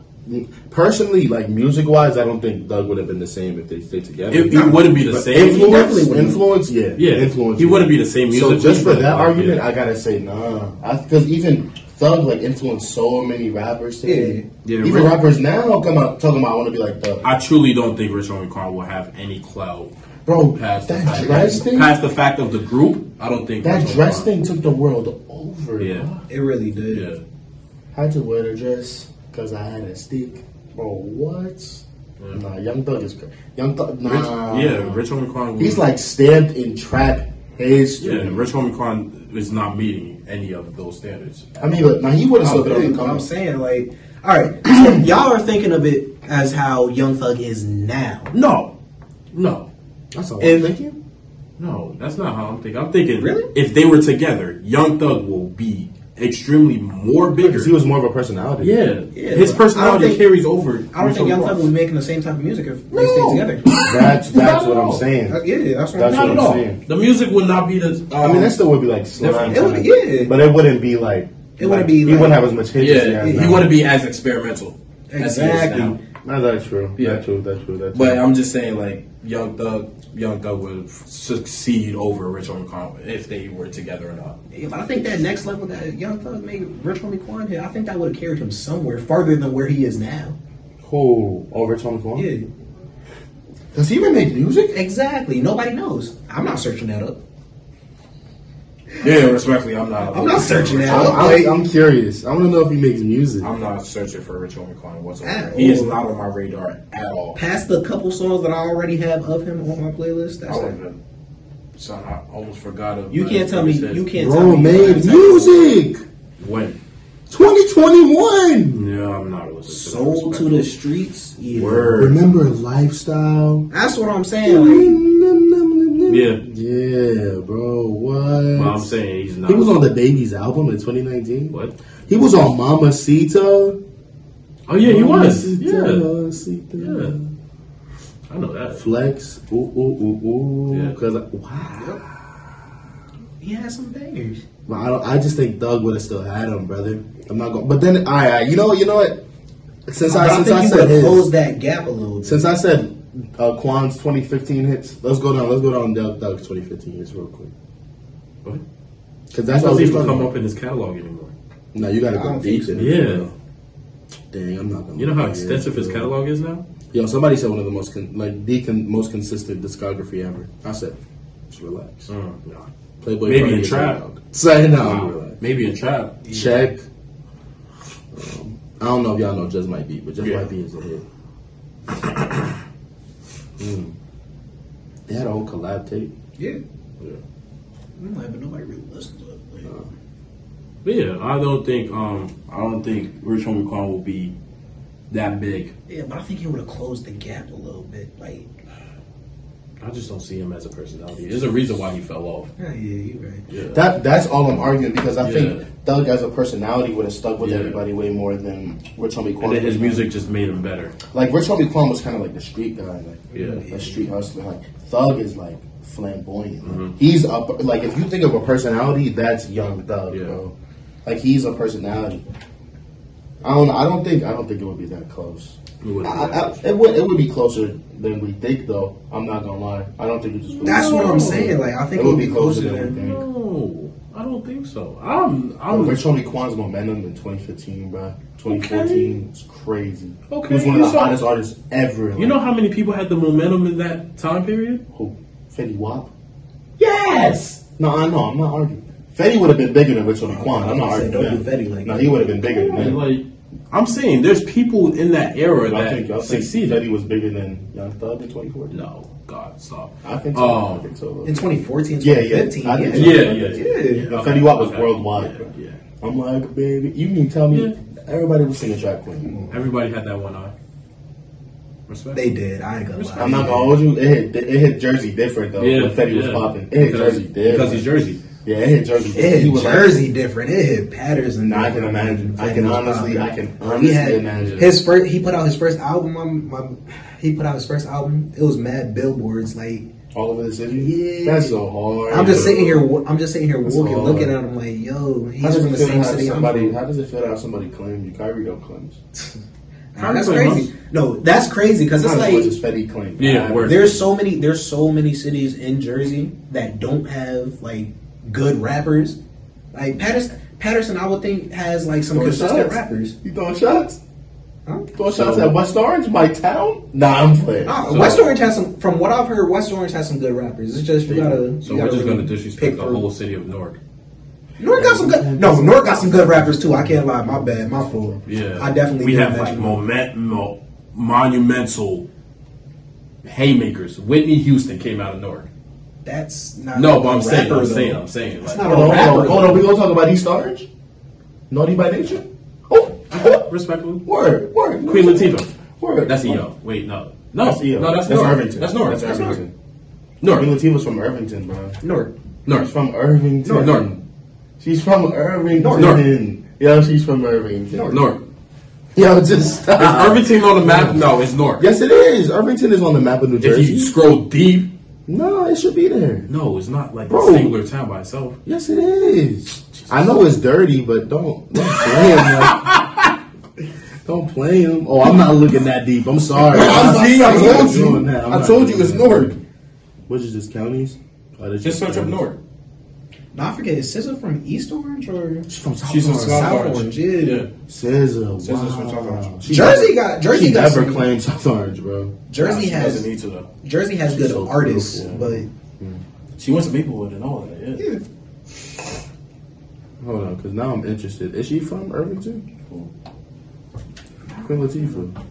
Speaker 3: Personally, like music wise, I don't think Doug would have been the same if they stayed together.
Speaker 1: It, it wouldn't be the
Speaker 3: But
Speaker 1: same.
Speaker 3: influence,
Speaker 2: definitely wouldn't.
Speaker 3: influence, yeah,
Speaker 1: Yeah,
Speaker 3: influence.
Speaker 1: he wouldn't be the same
Speaker 3: So
Speaker 1: musically,
Speaker 3: just for
Speaker 1: but,
Speaker 3: that
Speaker 1: like,
Speaker 3: argument,
Speaker 1: yeah.
Speaker 3: I gotta say nah, because even Thug like influenced so many rappers today.
Speaker 1: Yeah. Yeah,
Speaker 3: even
Speaker 1: really.
Speaker 3: rappers now come out talking about I want to be like Thug,
Speaker 1: I truly don't think Rich Homie Quan will have any clout
Speaker 3: bro.
Speaker 1: past the
Speaker 3: That
Speaker 1: fact
Speaker 3: dress thing,
Speaker 1: past the fact of the group. I don't think
Speaker 3: that
Speaker 1: Rich Homie
Speaker 3: dress
Speaker 1: Quan-
Speaker 3: thing took the world over.
Speaker 1: Yeah.
Speaker 2: It really did.
Speaker 1: Yeah.
Speaker 3: had to wear the dress because I had a stick. Bro, what? Nah, Young Thug is crazy. Young Thug,
Speaker 1: Rich,
Speaker 3: nah.
Speaker 1: yeah, Rich Homie Quan. will-
Speaker 3: He's like stamped in trap history.
Speaker 1: Yeah, Rich Homie Quan is not meeting any of those standards.
Speaker 3: I mean, but now he would have still been on the
Speaker 2: What I'm
Speaker 3: come.
Speaker 2: saying, like, all right, so y'all are thinking of it as how Young Thug is now.
Speaker 1: No, no,
Speaker 3: That's all
Speaker 2: If-
Speaker 3: I'm thinking.
Speaker 1: no. That's not how I'm thinking. I'm thinking
Speaker 2: Really?
Speaker 1: if they were together, Young Thug will be extremely more bigger.
Speaker 3: Because he was more of a personality.
Speaker 2: Yeah,
Speaker 1: yeah, his
Speaker 2: but I don't
Speaker 1: personality
Speaker 2: think-
Speaker 1: carries over.
Speaker 2: I don't think Young Thug was making the same type of music if they stayed together.
Speaker 3: That's that's what I'm saying.
Speaker 2: Uh, Yeah, that's what
Speaker 3: Uh, That's
Speaker 1: Not at
Speaker 3: what I'm
Speaker 1: all.
Speaker 3: saying.
Speaker 1: The music would not be the. um,
Speaker 3: I mean, that still would be like slime.
Speaker 1: It
Speaker 2: would-
Speaker 3: time.
Speaker 2: yeah.
Speaker 3: But it wouldn't be like.
Speaker 2: It wouldn't be
Speaker 3: He
Speaker 2: like-
Speaker 3: wouldn't have as much hit. as he
Speaker 1: yeah,
Speaker 3: has
Speaker 1: he
Speaker 3: now.
Speaker 1: wouldn't be as experimental. as he is
Speaker 2: Exactly.
Speaker 1: now.
Speaker 3: No, that's true.
Speaker 1: Yeah.
Speaker 3: That's true. That's true. That's true.
Speaker 1: But I'm just saying, like Young Thug, Young Thug would succeed over Rich Homie Quan if they were together or not.
Speaker 2: Yeah, but I think that next level that Young Thug made Rich Homie Quan hit, I think that would have carried him somewhere farther than where he is now.
Speaker 3: cool. Over Tom Kwan.
Speaker 2: Yeah.
Speaker 3: Does he even make music?
Speaker 2: Exactly. Nobody knows. I'm not searching that up.
Speaker 1: Yeah, respectfully, I'm not.
Speaker 2: I'm not searching that
Speaker 3: I'm,
Speaker 2: up.
Speaker 3: I'm, I'm curious. I want to know if he makes music.
Speaker 1: I'm not searching for Ritual McClain whatsoever.
Speaker 2: At
Speaker 1: He is
Speaker 2: all.
Speaker 1: not on my radar at all.
Speaker 2: Past the couple songs that I already have of him on my playlist, that's
Speaker 3: Oh.
Speaker 1: I
Speaker 2: it.
Speaker 1: don't even- Son, I almost forgot. of-
Speaker 2: You can't tell me. You can't tell
Speaker 3: Bro
Speaker 2: me.
Speaker 3: made music.
Speaker 1: When?
Speaker 3: 2021.
Speaker 1: No, I'm not listening. that
Speaker 2: Sold to
Speaker 1: respectfully.
Speaker 2: the streets. Yeah.
Speaker 1: word.
Speaker 3: Remember lifestyle.
Speaker 2: That's what I'm saying. Like,
Speaker 1: Yeah.
Speaker 3: Yeah, bro. What?
Speaker 1: But I'm saying he's not.
Speaker 3: He was on the Babies album in 2019.
Speaker 1: What?
Speaker 3: He was on Mama Sita.
Speaker 1: Oh yeah, he was. Yeah,
Speaker 3: Yeah.
Speaker 1: Yeah. I know that.
Speaker 3: Flex. Ooh, ooh, ooh, ooh.
Speaker 1: Yeah.
Speaker 3: Because, wow.
Speaker 2: he had some bangers.
Speaker 3: But I, don't, I just think Doug would have still had him, brother. I'm not going. But then, all right, all right, you know, you know what? Since
Speaker 2: But
Speaker 3: I,
Speaker 2: I
Speaker 3: since
Speaker 2: think
Speaker 3: I
Speaker 2: he
Speaker 3: said
Speaker 2: would have
Speaker 3: his,
Speaker 2: closed that gap a little. Bit.
Speaker 3: since I said uh, Quan's 2015 hits, let's go down. Let's go down Doug, Doug's 2015 hits real quick.
Speaker 1: What?
Speaker 3: Because that's
Speaker 1: That doesn't
Speaker 3: what we
Speaker 1: even
Speaker 3: talking
Speaker 1: come
Speaker 3: about.
Speaker 1: up in his catalog anymore.
Speaker 3: No, you gotta
Speaker 8: I
Speaker 3: go
Speaker 8: don't
Speaker 3: deep.
Speaker 8: think
Speaker 3: in it.
Speaker 1: Yeah.
Speaker 3: Dang, I'm not. Gonna
Speaker 1: You know how
Speaker 3: lie,
Speaker 1: extensive
Speaker 3: yeah.
Speaker 1: his catalog is now?
Speaker 3: Yo, somebody said one of the most con- like the con- most consistent discography ever. I said, just relax.
Speaker 1: Mm, no.
Speaker 3: Playboy
Speaker 1: Maybe
Speaker 3: Cardi
Speaker 1: in
Speaker 3: is
Speaker 1: trap.
Speaker 3: loud. Say no.
Speaker 1: Wow. Maybe in trap.
Speaker 3: Check. Um, I don't know if y'all know Just Might Be, but Just
Speaker 1: Yeah.
Speaker 3: Might Be is a hit. Mm. They had a whole collab tape.
Speaker 2: yeah.
Speaker 3: Yeah.
Speaker 2: I'm like, but nobody really listens to it. Like,
Speaker 1: But yeah, I don't think um I don't think Rich Homie Quan will be that big.
Speaker 2: yeah, but I think he would have closed the gap a little bit. Like,
Speaker 1: I just don't see him as a personality. There's a reason why he fell off.
Speaker 2: yeah, yeah, you're right.
Speaker 1: Yeah.
Speaker 3: That that's all I'm arguing because I
Speaker 1: Yeah.
Speaker 3: think Doug as a personality would have stuck with
Speaker 1: Yeah.
Speaker 3: everybody way more than Rich Homie Quan.
Speaker 1: and then his
Speaker 3: was.
Speaker 1: music just made him better.
Speaker 3: Like Rich Homie Quan was kind of like the street guy, like
Speaker 1: Yeah.
Speaker 3: a street hustler. Like Thug is like flamboyant.
Speaker 1: Mm-hmm.
Speaker 3: He's a like if you think of a personality, that's Young Thug,
Speaker 1: Yeah.
Speaker 3: bro. Like he's a personality. I don't. know. I don't think. I don't think it would be that close.
Speaker 1: It wouldn't be
Speaker 3: I-
Speaker 1: that
Speaker 3: I-
Speaker 1: close.
Speaker 3: it would. It would be closer than we think, though. I'm not gonna lie. I don't think it just.
Speaker 2: That's what I'm saying. Like, I think
Speaker 3: It would be closer than we think.
Speaker 1: No, I don't think so. I'm I'm
Speaker 3: Rich Homie Quan's momentum in 2015, bro. 2014 is crazy.
Speaker 1: Okay,
Speaker 3: he was one of
Speaker 1: you
Speaker 3: the
Speaker 1: saw-
Speaker 3: hottest artists ever.
Speaker 1: you
Speaker 3: like,
Speaker 1: know how many people had the momentum in that time period?
Speaker 3: who? Fetty Wap.
Speaker 1: Yes.
Speaker 3: No, I know. I'm not arguing. Fetty would have been bigger than Richard Quan. I'm not
Speaker 2: I said,
Speaker 3: arguing.
Speaker 2: don't
Speaker 3: that.
Speaker 2: do Fetty like
Speaker 3: no,
Speaker 2: that.
Speaker 3: he would have been bigger than that.
Speaker 1: Like I'm saying there's people in that era
Speaker 3: I
Speaker 1: that
Speaker 3: think I think
Speaker 1: succeeded.
Speaker 3: Fetty was bigger than Young Thug in 2014.
Speaker 1: No, God, stop.
Speaker 3: I think so.
Speaker 1: Um,
Speaker 3: I think so.
Speaker 2: In 2014,
Speaker 3: Yeah, yeah.
Speaker 2: 2015,
Speaker 3: I think
Speaker 2: yeah.
Speaker 3: so.
Speaker 1: Yeah, yeah, yeah.
Speaker 2: Yeah.
Speaker 3: But Fetty Wap was
Speaker 1: Okay.
Speaker 3: worldwide. bro.
Speaker 1: Yeah,
Speaker 3: I'm like, baby, you can tell me everybody was singing Trap Queen.
Speaker 1: Everybody had that one eye. Respect.
Speaker 2: They did. I ain't gonna lie.
Speaker 3: I'm not gonna hold you. It hit, it hit Jersey different though.
Speaker 1: Oh, yeah,
Speaker 3: when Fetty was
Speaker 1: yeah.
Speaker 3: popping. It hit
Speaker 1: because,
Speaker 3: Jersey different.
Speaker 1: because he's Jersey.
Speaker 3: yeah, it hit Jersey.
Speaker 2: It
Speaker 3: He
Speaker 2: hit
Speaker 3: was like-
Speaker 2: Jersey different. It hit Patterson.
Speaker 3: Nah, I
Speaker 2: different.
Speaker 3: can imagine. I
Speaker 2: Like,
Speaker 3: can
Speaker 2: it was
Speaker 3: honestly,
Speaker 2: popping.
Speaker 3: I can
Speaker 2: Like,
Speaker 3: honestly
Speaker 2: he had-
Speaker 3: imagine.
Speaker 2: His first, he put out his first album. um, um, he put out his first album. It was mad billboards. Like
Speaker 3: all over the city.
Speaker 2: Yeah.
Speaker 3: that's so hard.
Speaker 2: I'm just sitting here. wa- I'm just sitting here
Speaker 3: That's
Speaker 2: walking,
Speaker 3: all
Speaker 2: looking
Speaker 3: right.
Speaker 2: at him like, yo,
Speaker 3: How
Speaker 2: he's
Speaker 3: does
Speaker 2: from
Speaker 3: it
Speaker 2: the
Speaker 3: feel to
Speaker 2: same
Speaker 3: have
Speaker 2: city I'm
Speaker 3: somebody?
Speaker 2: from.
Speaker 3: How does it feel to have somebody claim you? Kyrie don't claim.
Speaker 2: Nah, that's
Speaker 1: Probably
Speaker 2: crazy. No, that's crazy because it's
Speaker 3: Not as much as
Speaker 2: like
Speaker 3: Fetty claim.
Speaker 1: Yeah,
Speaker 3: I-
Speaker 1: word.
Speaker 2: there's so many there's so many cities in Jersey that don't have like good rappers. Like Patterson, Patterson, I would think has like some
Speaker 3: Throwing
Speaker 2: consistent
Speaker 3: shots.
Speaker 2: rappers.
Speaker 3: You throwing shots?
Speaker 2: Huh?
Speaker 3: Throwing shots at West Orange, my town? Nah, I'm playing.
Speaker 2: Nah, West Orange has some. From what I've heard, West Orange has some good rappers. It's just you gotta.
Speaker 1: So
Speaker 2: you
Speaker 1: we're
Speaker 2: gotta
Speaker 1: just
Speaker 2: really
Speaker 1: going to disrespect
Speaker 2: pick
Speaker 1: the
Speaker 2: through.
Speaker 1: whole city of Newark.
Speaker 2: North got some good. No, North got some good rappers too. I can't lie. My bad. My fault.
Speaker 1: Yeah,
Speaker 2: I definitely.
Speaker 1: we
Speaker 2: did
Speaker 1: have like
Speaker 2: mention-
Speaker 1: moment, mo- monumental haymakers. Whitney Houston came out of Newark.
Speaker 2: That's not.
Speaker 1: No, but I'm saying,
Speaker 2: rapper,
Speaker 1: I'm
Speaker 2: though.
Speaker 1: saying, I'm saying.
Speaker 2: That's
Speaker 1: like-
Speaker 2: not a
Speaker 3: Hold on, hold
Speaker 2: rapper.
Speaker 3: on, hold on. We gonna talk about East Orange? Naughty by nature? Oh, oh,
Speaker 1: respectfully.
Speaker 3: word, word.
Speaker 1: Queen Latifah.
Speaker 3: Word.
Speaker 1: That's EO. Wait, no. No,
Speaker 3: That's EO.
Speaker 1: no, that's,
Speaker 3: that's
Speaker 1: North.
Speaker 3: Irvington.
Speaker 1: That's North.
Speaker 3: That's
Speaker 1: North.
Speaker 3: Irvington.
Speaker 1: North.
Speaker 3: Queen Latifah's from Irvington, bro.
Speaker 2: North.
Speaker 3: She's
Speaker 1: North.
Speaker 3: from Irvington.
Speaker 1: No, no.
Speaker 3: She's from Irvington.
Speaker 1: North.
Speaker 3: Yo, she's from Irvington.
Speaker 1: North.
Speaker 3: Yo, just stop.
Speaker 1: Is Irvington on the map? No, it's North.
Speaker 3: Uh-huh. Yes, it is. Irvington is on the map of New
Speaker 1: If
Speaker 3: Jersey.
Speaker 1: you scroll deep,
Speaker 3: no, it should be there.
Speaker 1: no, it's not like
Speaker 3: Bro.
Speaker 1: a singular town by itself.
Speaker 3: Yes, it is. I know it's dirty, but don't don't play him. man. don't play him. Oh, I'm not looking that deep. I'm sorry.
Speaker 1: See, I
Speaker 3: I'm
Speaker 1: told
Speaker 3: not
Speaker 1: you.
Speaker 3: doing that. I'm
Speaker 1: I
Speaker 3: not
Speaker 1: told
Speaker 3: doing
Speaker 1: you it's
Speaker 3: that.
Speaker 1: Newark.
Speaker 3: Which is just counties? Oh, that's
Speaker 1: Just search up
Speaker 3: counties.
Speaker 1: North.
Speaker 2: No, I forget. Is SZA from East Orange or
Speaker 3: She's from South
Speaker 1: She's from
Speaker 3: Orange.
Speaker 1: South
Speaker 2: Orange?
Speaker 1: Orange.
Speaker 2: Yeah.
Speaker 1: Yeah.
Speaker 3: SZA.
Speaker 1: Says this from South Orange.
Speaker 3: She-
Speaker 2: Jersey got Jersey
Speaker 3: She
Speaker 2: got
Speaker 3: never
Speaker 2: some-
Speaker 3: claimed South Orange, bro.
Speaker 2: Jersey
Speaker 1: She
Speaker 2: has
Speaker 1: doesn't need to though.
Speaker 2: Jersey has good
Speaker 3: so
Speaker 2: artists,
Speaker 3: beautiful.
Speaker 2: but
Speaker 1: She went to Maplewood and all that. Yeah.
Speaker 3: Hold on, because now I'm interested. Is she from Irvington? Queen Latifah.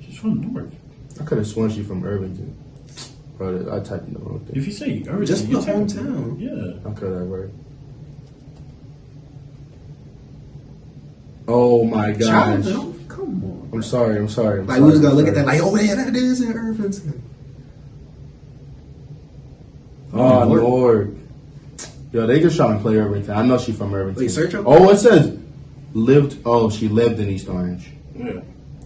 Speaker 1: She's from Newark.
Speaker 3: I could have sworn she from Irvington. Bro, I typed in the wrong thing.
Speaker 1: If you say everything,
Speaker 2: Just
Speaker 1: you
Speaker 2: the
Speaker 1: tell me.
Speaker 2: hometown.
Speaker 1: Yeah.
Speaker 3: I could have right. Oh my gosh.
Speaker 2: Child, come on.
Speaker 3: I'm sorry, I'm sorry. I'm
Speaker 2: Like
Speaker 3: sorry,
Speaker 2: we was gonna
Speaker 3: I'm
Speaker 2: look at that
Speaker 3: sorry.
Speaker 2: like, oh yeah, that is in Irvington.
Speaker 3: Oh
Speaker 2: Lord.
Speaker 3: Lord. Yo, they just trying to play Irvington. I know she from Irvington.
Speaker 2: Wait, search up-
Speaker 3: Oh, it says lived. Oh, she lived in East Orange.
Speaker 1: Yeah.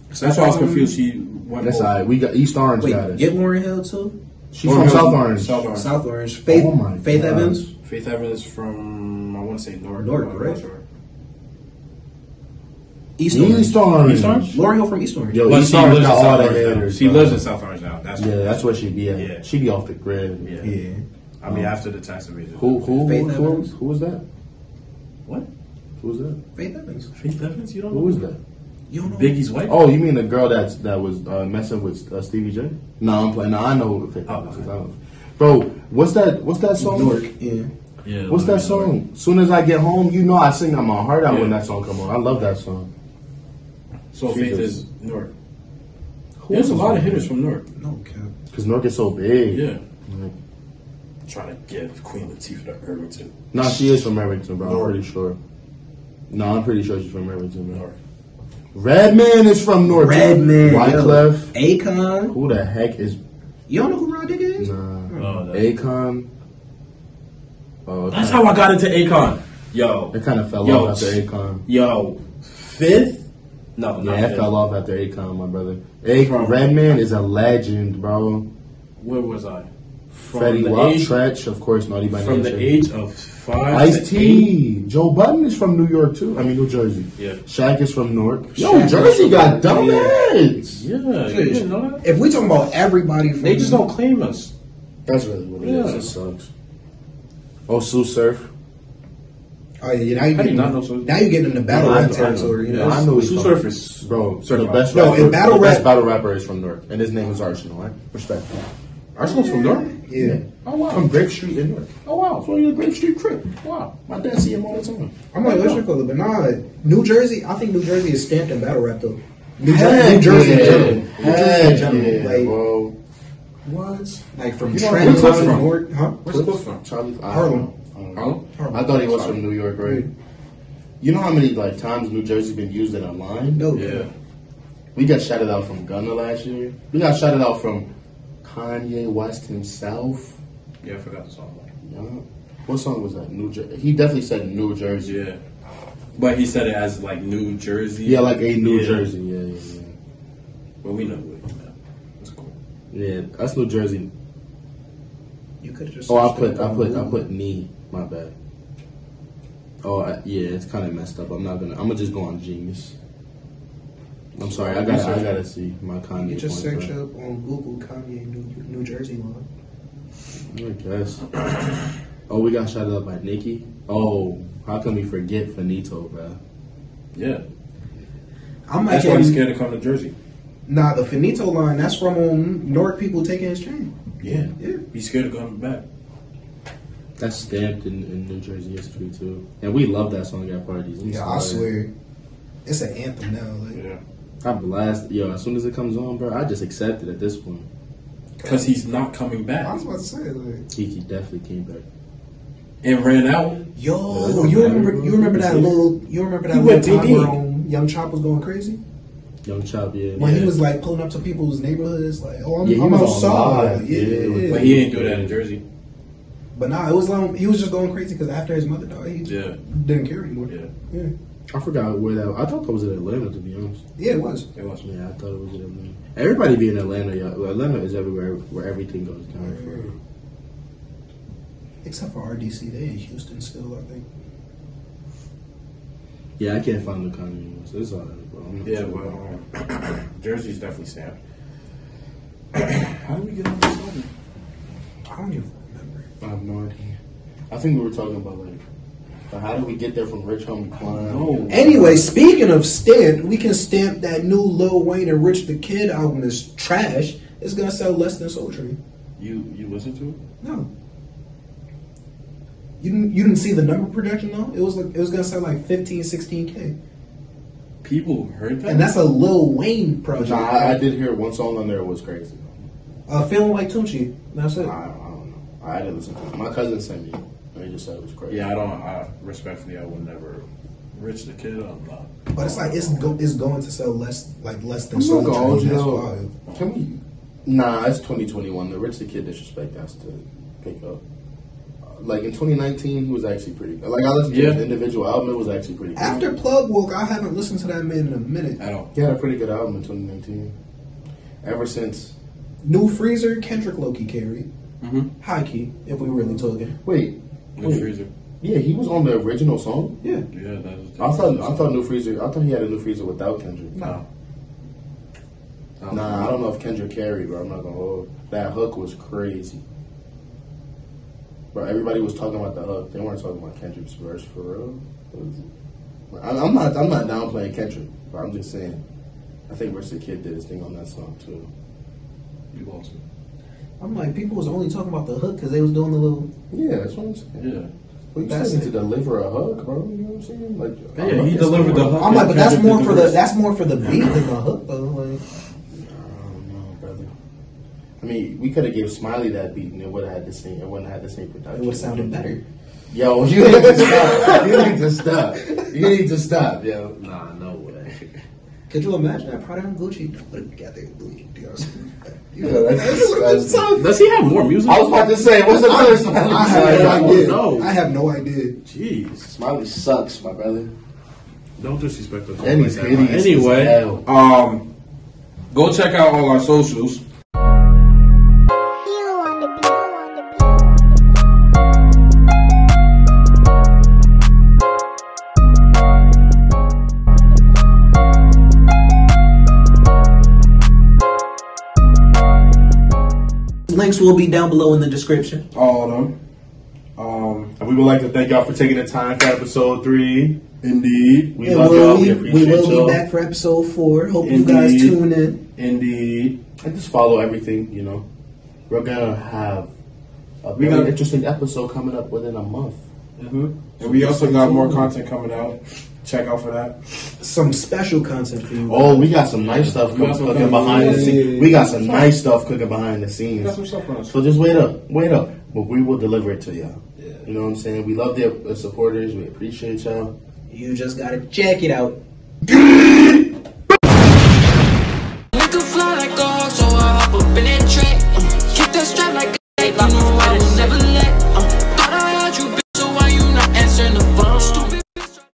Speaker 1: That's why I was confused. She went
Speaker 3: That's
Speaker 1: over.
Speaker 3: all right. We got East Orange got
Speaker 2: Oh. Wait,
Speaker 3: it.
Speaker 2: get Warren Hill too?
Speaker 3: She's
Speaker 1: Or
Speaker 3: from
Speaker 1: Oh, no,
Speaker 3: South Orange.
Speaker 1: South Orange.
Speaker 2: South Orange. Faith
Speaker 3: Oh my
Speaker 2: Faith
Speaker 3: God.
Speaker 2: Evans.
Speaker 1: Faith Evans from I want to say Newark.
Speaker 2: Newark,
Speaker 1: Uh,
Speaker 2: right?
Speaker 1: Newark.
Speaker 2: East Orange.
Speaker 3: East Orange.
Speaker 1: East Orange?
Speaker 2: Lauren Hill from East Orange.
Speaker 3: Yo,
Speaker 1: But
Speaker 3: East
Speaker 1: she
Speaker 3: Orange
Speaker 1: lives in
Speaker 3: got all
Speaker 1: South
Speaker 3: the
Speaker 1: Orange. now.
Speaker 3: haters.
Speaker 1: She
Speaker 3: bro.
Speaker 1: lives in South Orange now. That's
Speaker 3: Yeah, that's where she be at.
Speaker 1: Yeah.
Speaker 3: She be off the grid.
Speaker 1: Yeah.
Speaker 2: Yeah.
Speaker 1: I mean, after the tax evasion.
Speaker 3: Who who
Speaker 2: Faith
Speaker 3: who, who,
Speaker 2: Evans?
Speaker 3: was, who was that?
Speaker 1: What?
Speaker 3: Who was that?
Speaker 2: Faith Evans.
Speaker 1: Faith Evans? You don't
Speaker 2: Oh.
Speaker 3: Who was that?
Speaker 2: You don't know
Speaker 1: Biggie's wife?
Speaker 3: Oh, you mean the girl that's that was uh, messing with uh, Stevie J? No, I'm playing. No, I know who Faith
Speaker 1: Oh,
Speaker 3: Evans is.
Speaker 1: okay.
Speaker 3: I know. Bro, what's that? What's that song?
Speaker 2: Newark, yeah.
Speaker 1: Yeah.
Speaker 3: What's that song? Soon as I get home, you know I sing that my heart out when that song come on. I love that song.
Speaker 1: So
Speaker 3: She
Speaker 1: Faith
Speaker 3: does.
Speaker 1: is Newark.
Speaker 3: Who
Speaker 1: There's a
Speaker 3: else
Speaker 1: lot
Speaker 3: is
Speaker 1: of
Speaker 3: on
Speaker 1: hitters from Newark.
Speaker 2: No cap.
Speaker 3: Cause Nork is so big.
Speaker 1: Yeah.
Speaker 3: Like,
Speaker 1: Trying to give Queen Latifah to Irvington.
Speaker 3: nah, she is from Irvington, bro.
Speaker 1: Newark.
Speaker 3: I'm pretty sure. No, I'm pretty sure she's from Irvington, bro.
Speaker 1: Newark.
Speaker 3: Redman is from North.
Speaker 2: Redman. yo.
Speaker 3: Wyclef.
Speaker 2: Akon.
Speaker 3: Who the heck is
Speaker 2: You don't know who Rod Digga is?
Speaker 3: nah.
Speaker 1: Oh, that-
Speaker 3: Akon? Oh,
Speaker 1: That's how I got into Akon. Yo.
Speaker 3: it kind of fell
Speaker 1: Yo,
Speaker 3: off after Akon.
Speaker 1: Yo. Fifth? No, not
Speaker 3: Yeah, it
Speaker 1: fifth.
Speaker 3: fell off after Akon, my brother. A-
Speaker 1: From-
Speaker 3: Redman is a legend, bro.
Speaker 1: Where was I? From
Speaker 3: Freddie
Speaker 1: the
Speaker 3: Wap,
Speaker 1: age,
Speaker 3: Tretch, of course, Naughty by
Speaker 1: From the
Speaker 3: Nature.
Speaker 1: age of five
Speaker 3: Ice
Speaker 1: to eight.
Speaker 3: T. Joe Budden is from New York too. I mean New Jersey.
Speaker 1: Yeah.
Speaker 3: Shaq is from Newark. Yo,
Speaker 2: Shaq is
Speaker 3: Jersey
Speaker 2: from
Speaker 3: got
Speaker 2: Newark.
Speaker 3: dumb
Speaker 2: Yeah.
Speaker 3: heads.
Speaker 1: Yeah, you didn't know that?
Speaker 2: If we talking about everybody from
Speaker 1: They just don't claim us.
Speaker 3: That's really what it is.
Speaker 1: Yeah.
Speaker 3: It sucks. Oh, Sue Surf.
Speaker 2: Oh yeah, now you
Speaker 1: How do you
Speaker 2: getting
Speaker 1: not know so?
Speaker 2: now you getting into battle
Speaker 3: I
Speaker 2: rap
Speaker 3: know, I know.
Speaker 2: territory. You
Speaker 3: Yeah,
Speaker 2: know?
Speaker 3: I know he's
Speaker 1: Sue
Speaker 3: from-
Speaker 1: Surf is-
Speaker 3: bro.
Speaker 1: Surf
Speaker 3: the
Speaker 1: Rock.
Speaker 3: best
Speaker 2: No,
Speaker 3: rapper.
Speaker 2: in battle
Speaker 3: the best
Speaker 2: rap-
Speaker 3: battle rapper is from Newark, and his name is Arsenal. Right? Respect. Arsenal's from Newark.
Speaker 2: Yeah.
Speaker 3: Oh wow. From Grape Street in Newark. Oh wow. So you're a Grape Street crip. Wow. My dad see him all the time.
Speaker 2: I'm like, what's your color? But nah, New Jersey. I think New Jersey is stamped in battle rap though. New, Jer- New Jersey in general. New Jersey in general. like,
Speaker 3: bro.
Speaker 2: what? Like from
Speaker 3: You know,
Speaker 2: Trenton
Speaker 3: where's Cliff
Speaker 2: to
Speaker 3: from?
Speaker 2: Newark, huh?
Speaker 1: Where's Cliff from?
Speaker 3: Charlie I
Speaker 2: Harlem.
Speaker 3: don't know.
Speaker 1: Harlem?
Speaker 3: Um, I thought he was from New York, right? You know how many like times New Jersey been used in a line?
Speaker 2: No.
Speaker 1: Yeah.
Speaker 3: We got shouted out from Gunna last year. We got shouted out from Kanye West himself.
Speaker 1: Yeah, I forgot the song.
Speaker 3: Yeah. What song was that? New Jersey. He definitely said New Jersey.
Speaker 1: Yeah. But he said it as like New Jersey.
Speaker 3: Yeah, like a New
Speaker 1: Yeah.
Speaker 3: Jersey. Yeah, yeah, yeah.
Speaker 1: But we know what it meant. That's cool.
Speaker 3: Yeah, that's New Jersey.
Speaker 2: You could have just.
Speaker 3: Oh, I put, I put, I put knee. My bad. Oh, I, yeah, it's kind of messed up. I'm not gonna. I'm gonna just go on Genius. I'm sorry. I gotta, I gotta see my Kanye.
Speaker 2: You just
Speaker 3: points,
Speaker 2: search
Speaker 3: right?
Speaker 2: up on Google Kanye New, New Jersey line.
Speaker 3: I guess. oh, we got shouted out by Nikki. Oh, how can we forget Finito, bro?
Speaker 1: Yeah.
Speaker 2: I'm like,
Speaker 1: That's why he's scared to come to Jersey.
Speaker 2: nah, the Finito line. That's from um, Newark people taking his chain.
Speaker 1: Yeah.
Speaker 2: Yeah.
Speaker 1: He's scared to come back.
Speaker 3: That's stamped in, in New Jersey history too, and we love that song at parties. I'm
Speaker 9: Yeah, I
Speaker 3: sorry.
Speaker 9: swear. It's an anthem now. Like,
Speaker 1: Yeah.
Speaker 3: I blast. Yo, as soon as it comes on, bro, I just accept it at this point.
Speaker 1: Because he's not coming
Speaker 9: I
Speaker 1: back.
Speaker 9: was about to say, like,
Speaker 3: Kiki definitely came back.
Speaker 1: And ran out.
Speaker 2: Yo, you remember? You remember that little? You remember that
Speaker 1: He
Speaker 2: little
Speaker 1: went
Speaker 2: time
Speaker 1: DD.
Speaker 2: where um, Young Chop was going crazy
Speaker 3: Young Chop, yeah.
Speaker 2: when
Speaker 3: Yeah.
Speaker 2: he was like pulling up to people's neighborhoods, like, "Oh, I'm,
Speaker 3: Yeah, he
Speaker 2: I'm
Speaker 3: was
Speaker 2: outside."
Speaker 3: online.
Speaker 2: Yeah,
Speaker 3: Yeah,
Speaker 2: yeah,
Speaker 1: But
Speaker 2: yeah.
Speaker 1: he ain't do that in Jersey.
Speaker 2: But nah, it was like he was just going crazy because after his mother died, he just
Speaker 1: Yeah.
Speaker 2: didn't care anymore.
Speaker 1: Yeah.
Speaker 2: yeah,
Speaker 3: I forgot where that. I thought that was in Atlanta, to be honest.
Speaker 2: Yeah, it was.
Speaker 1: It was.
Speaker 3: Yeah, I thought it was in Atlanta. Everybody be in Atlanta, y'all. Well, Atlanta is everywhere where everything goes down. For real.
Speaker 2: Except for RDC, they in Houston still, I think.
Speaker 3: Yeah, I can't find the Kanye anymore. So it's all right, bro. I'm not
Speaker 1: Yeah,
Speaker 3: sure
Speaker 1: but
Speaker 3: about
Speaker 1: um, Jersey's definitely stamped. How do we get on this album?
Speaker 2: I don't even remember.
Speaker 3: that. I have no idea. I think we were talking about like But how do we get there from Rich Homie Klein?
Speaker 1: know.
Speaker 2: Anyway, speaking of stamp, we can stamp that new Lil Wayne and Rich the Kid album is trash. It's gonna sell less than Soul Train.
Speaker 3: You you listen to it?
Speaker 2: No. You didn't, you didn't see the number projection though? It was like, it was gonna sell like 15, 16k.
Speaker 1: People heard that.
Speaker 2: And that's a Lil Wayne project.
Speaker 3: Nah, I, I did hear one song on there was crazy.
Speaker 2: Uh, feeling like Tunchi. That's
Speaker 3: I,
Speaker 2: it.
Speaker 3: I don't know. I didn't listen to it. My cousin sent me. They just said it was crazy.
Speaker 1: yeah, I don't. I respectfully, I would never. Rich the kid, I'm not.
Speaker 2: But it's like it's go, it's going to sell less like less than
Speaker 3: I'm
Speaker 2: Soul
Speaker 3: not gonna hold
Speaker 2: Train.
Speaker 3: you
Speaker 2: That's
Speaker 3: though.
Speaker 2: why.
Speaker 3: Can we? Nah, it's 2021. The Rich the Kid disrespect has to pick up. Uh, Like in 2019, he was actually pretty good. Like I listened to
Speaker 1: Yeah.
Speaker 3: his individual album, it was actually pretty good.
Speaker 2: After Plug Walk, I haven't listened to that man in a minute.
Speaker 1: I don't.
Speaker 3: he had a pretty good album in 2019. Ever since,
Speaker 2: New Freezer, Kendrick Loki carry.
Speaker 1: Mhm.
Speaker 3: Mm-hmm.
Speaker 2: High key, if we really talking.
Speaker 3: wait,
Speaker 1: New Freezer.
Speaker 3: yeah, he was on the original song.
Speaker 2: Yeah.
Speaker 1: Yeah, that is.
Speaker 3: I thought I thought New Freezer. I thought he had a New Freezer without Kendrick.
Speaker 1: No.
Speaker 3: Nah, I don't know if Kendrick carried, but I'm not gonna hold. That hook was crazy. But everybody was talking about the hook. They weren't talking about Kendrick's verse for real. It was- I- I'm not. I'm not downplaying Kendrick, but I'm just saying. I think Rich the Kid did his thing on that song too.
Speaker 1: You lost me.
Speaker 2: I'm like, people was only talking about the hook because they was doing the little.
Speaker 3: Yeah, that's what I'm saying.
Speaker 1: Yeah.
Speaker 3: But you
Speaker 2: That's
Speaker 3: still need
Speaker 2: it.
Speaker 3: to deliver a hook, bro. You know what I'm saying? Like,
Speaker 1: Yeah,
Speaker 3: a
Speaker 1: he
Speaker 3: hook is
Speaker 1: delivered
Speaker 3: cool.
Speaker 1: the hook.
Speaker 2: I'm like, but that's
Speaker 1: Kendrick
Speaker 2: more
Speaker 1: did
Speaker 2: for
Speaker 1: the
Speaker 2: the
Speaker 1: verse.
Speaker 2: that's more for the beat than the hook though. Like,
Speaker 3: I don't know, brother. I mean, we could have gave Smiley that beat, and it would have had the same. It wouldn't have had the same
Speaker 2: it
Speaker 3: production.
Speaker 2: would have sounded better.
Speaker 3: Yo, you need to stop. You need to stop. You need to stop, yo. Nah, no way.
Speaker 2: Could you imagine that Prada and Gucci put it together? You
Speaker 3: Yeah, that's disgusting.
Speaker 1: Does he have more music?
Speaker 3: I was about to say, what's the other Smiley?
Speaker 2: I
Speaker 3: song?
Speaker 2: have no
Speaker 3: Like,
Speaker 2: idea.
Speaker 1: no.
Speaker 2: I have no idea.
Speaker 1: Jeez.
Speaker 3: Smiley sucks, my brother.
Speaker 1: Don't disrespect us.
Speaker 3: And he's
Speaker 1: like
Speaker 3: hideous
Speaker 1: that.
Speaker 3: as
Speaker 1: Anyway,
Speaker 3: hell.
Speaker 1: um, go check out all our socials.
Speaker 10: You on the blue, on the blue, on the blue.
Speaker 5: Links will be down below in the description.
Speaker 1: All of them. Um,
Speaker 3: And we would like to thank y'all for taking the time for episode three.
Speaker 1: indeed.
Speaker 3: We
Speaker 2: And
Speaker 3: love
Speaker 2: we'll
Speaker 3: y'all.
Speaker 2: be-
Speaker 3: We
Speaker 2: we
Speaker 3: appreciate
Speaker 2: will
Speaker 3: y'all.
Speaker 2: be back for episode four. Hope you guys
Speaker 1: Indeed.
Speaker 2: tune in.
Speaker 1: Indeed.
Speaker 3: And just follow everything, you know. We're gonna have a
Speaker 1: We
Speaker 3: very
Speaker 1: got-
Speaker 3: interesting episode coming up within a month.
Speaker 1: And we also got more content coming out. Check out for that.
Speaker 2: Some special content for you.
Speaker 3: Oh, we got some nice stuff
Speaker 1: We got
Speaker 3: cook-
Speaker 1: some
Speaker 3: cooking
Speaker 1: stuff.
Speaker 3: behind the
Speaker 1: Yeah,
Speaker 3: scenes.
Speaker 1: yeah, yeah.
Speaker 3: We got some nice stuff cooking behind the
Speaker 1: We
Speaker 3: scenes.
Speaker 1: got some stuff on us.
Speaker 3: So just wait up, wait up. But we will deliver it to y'all. You know what I'm saying? We love the the supporters. We appreciate y'all.
Speaker 2: You just gotta check it out.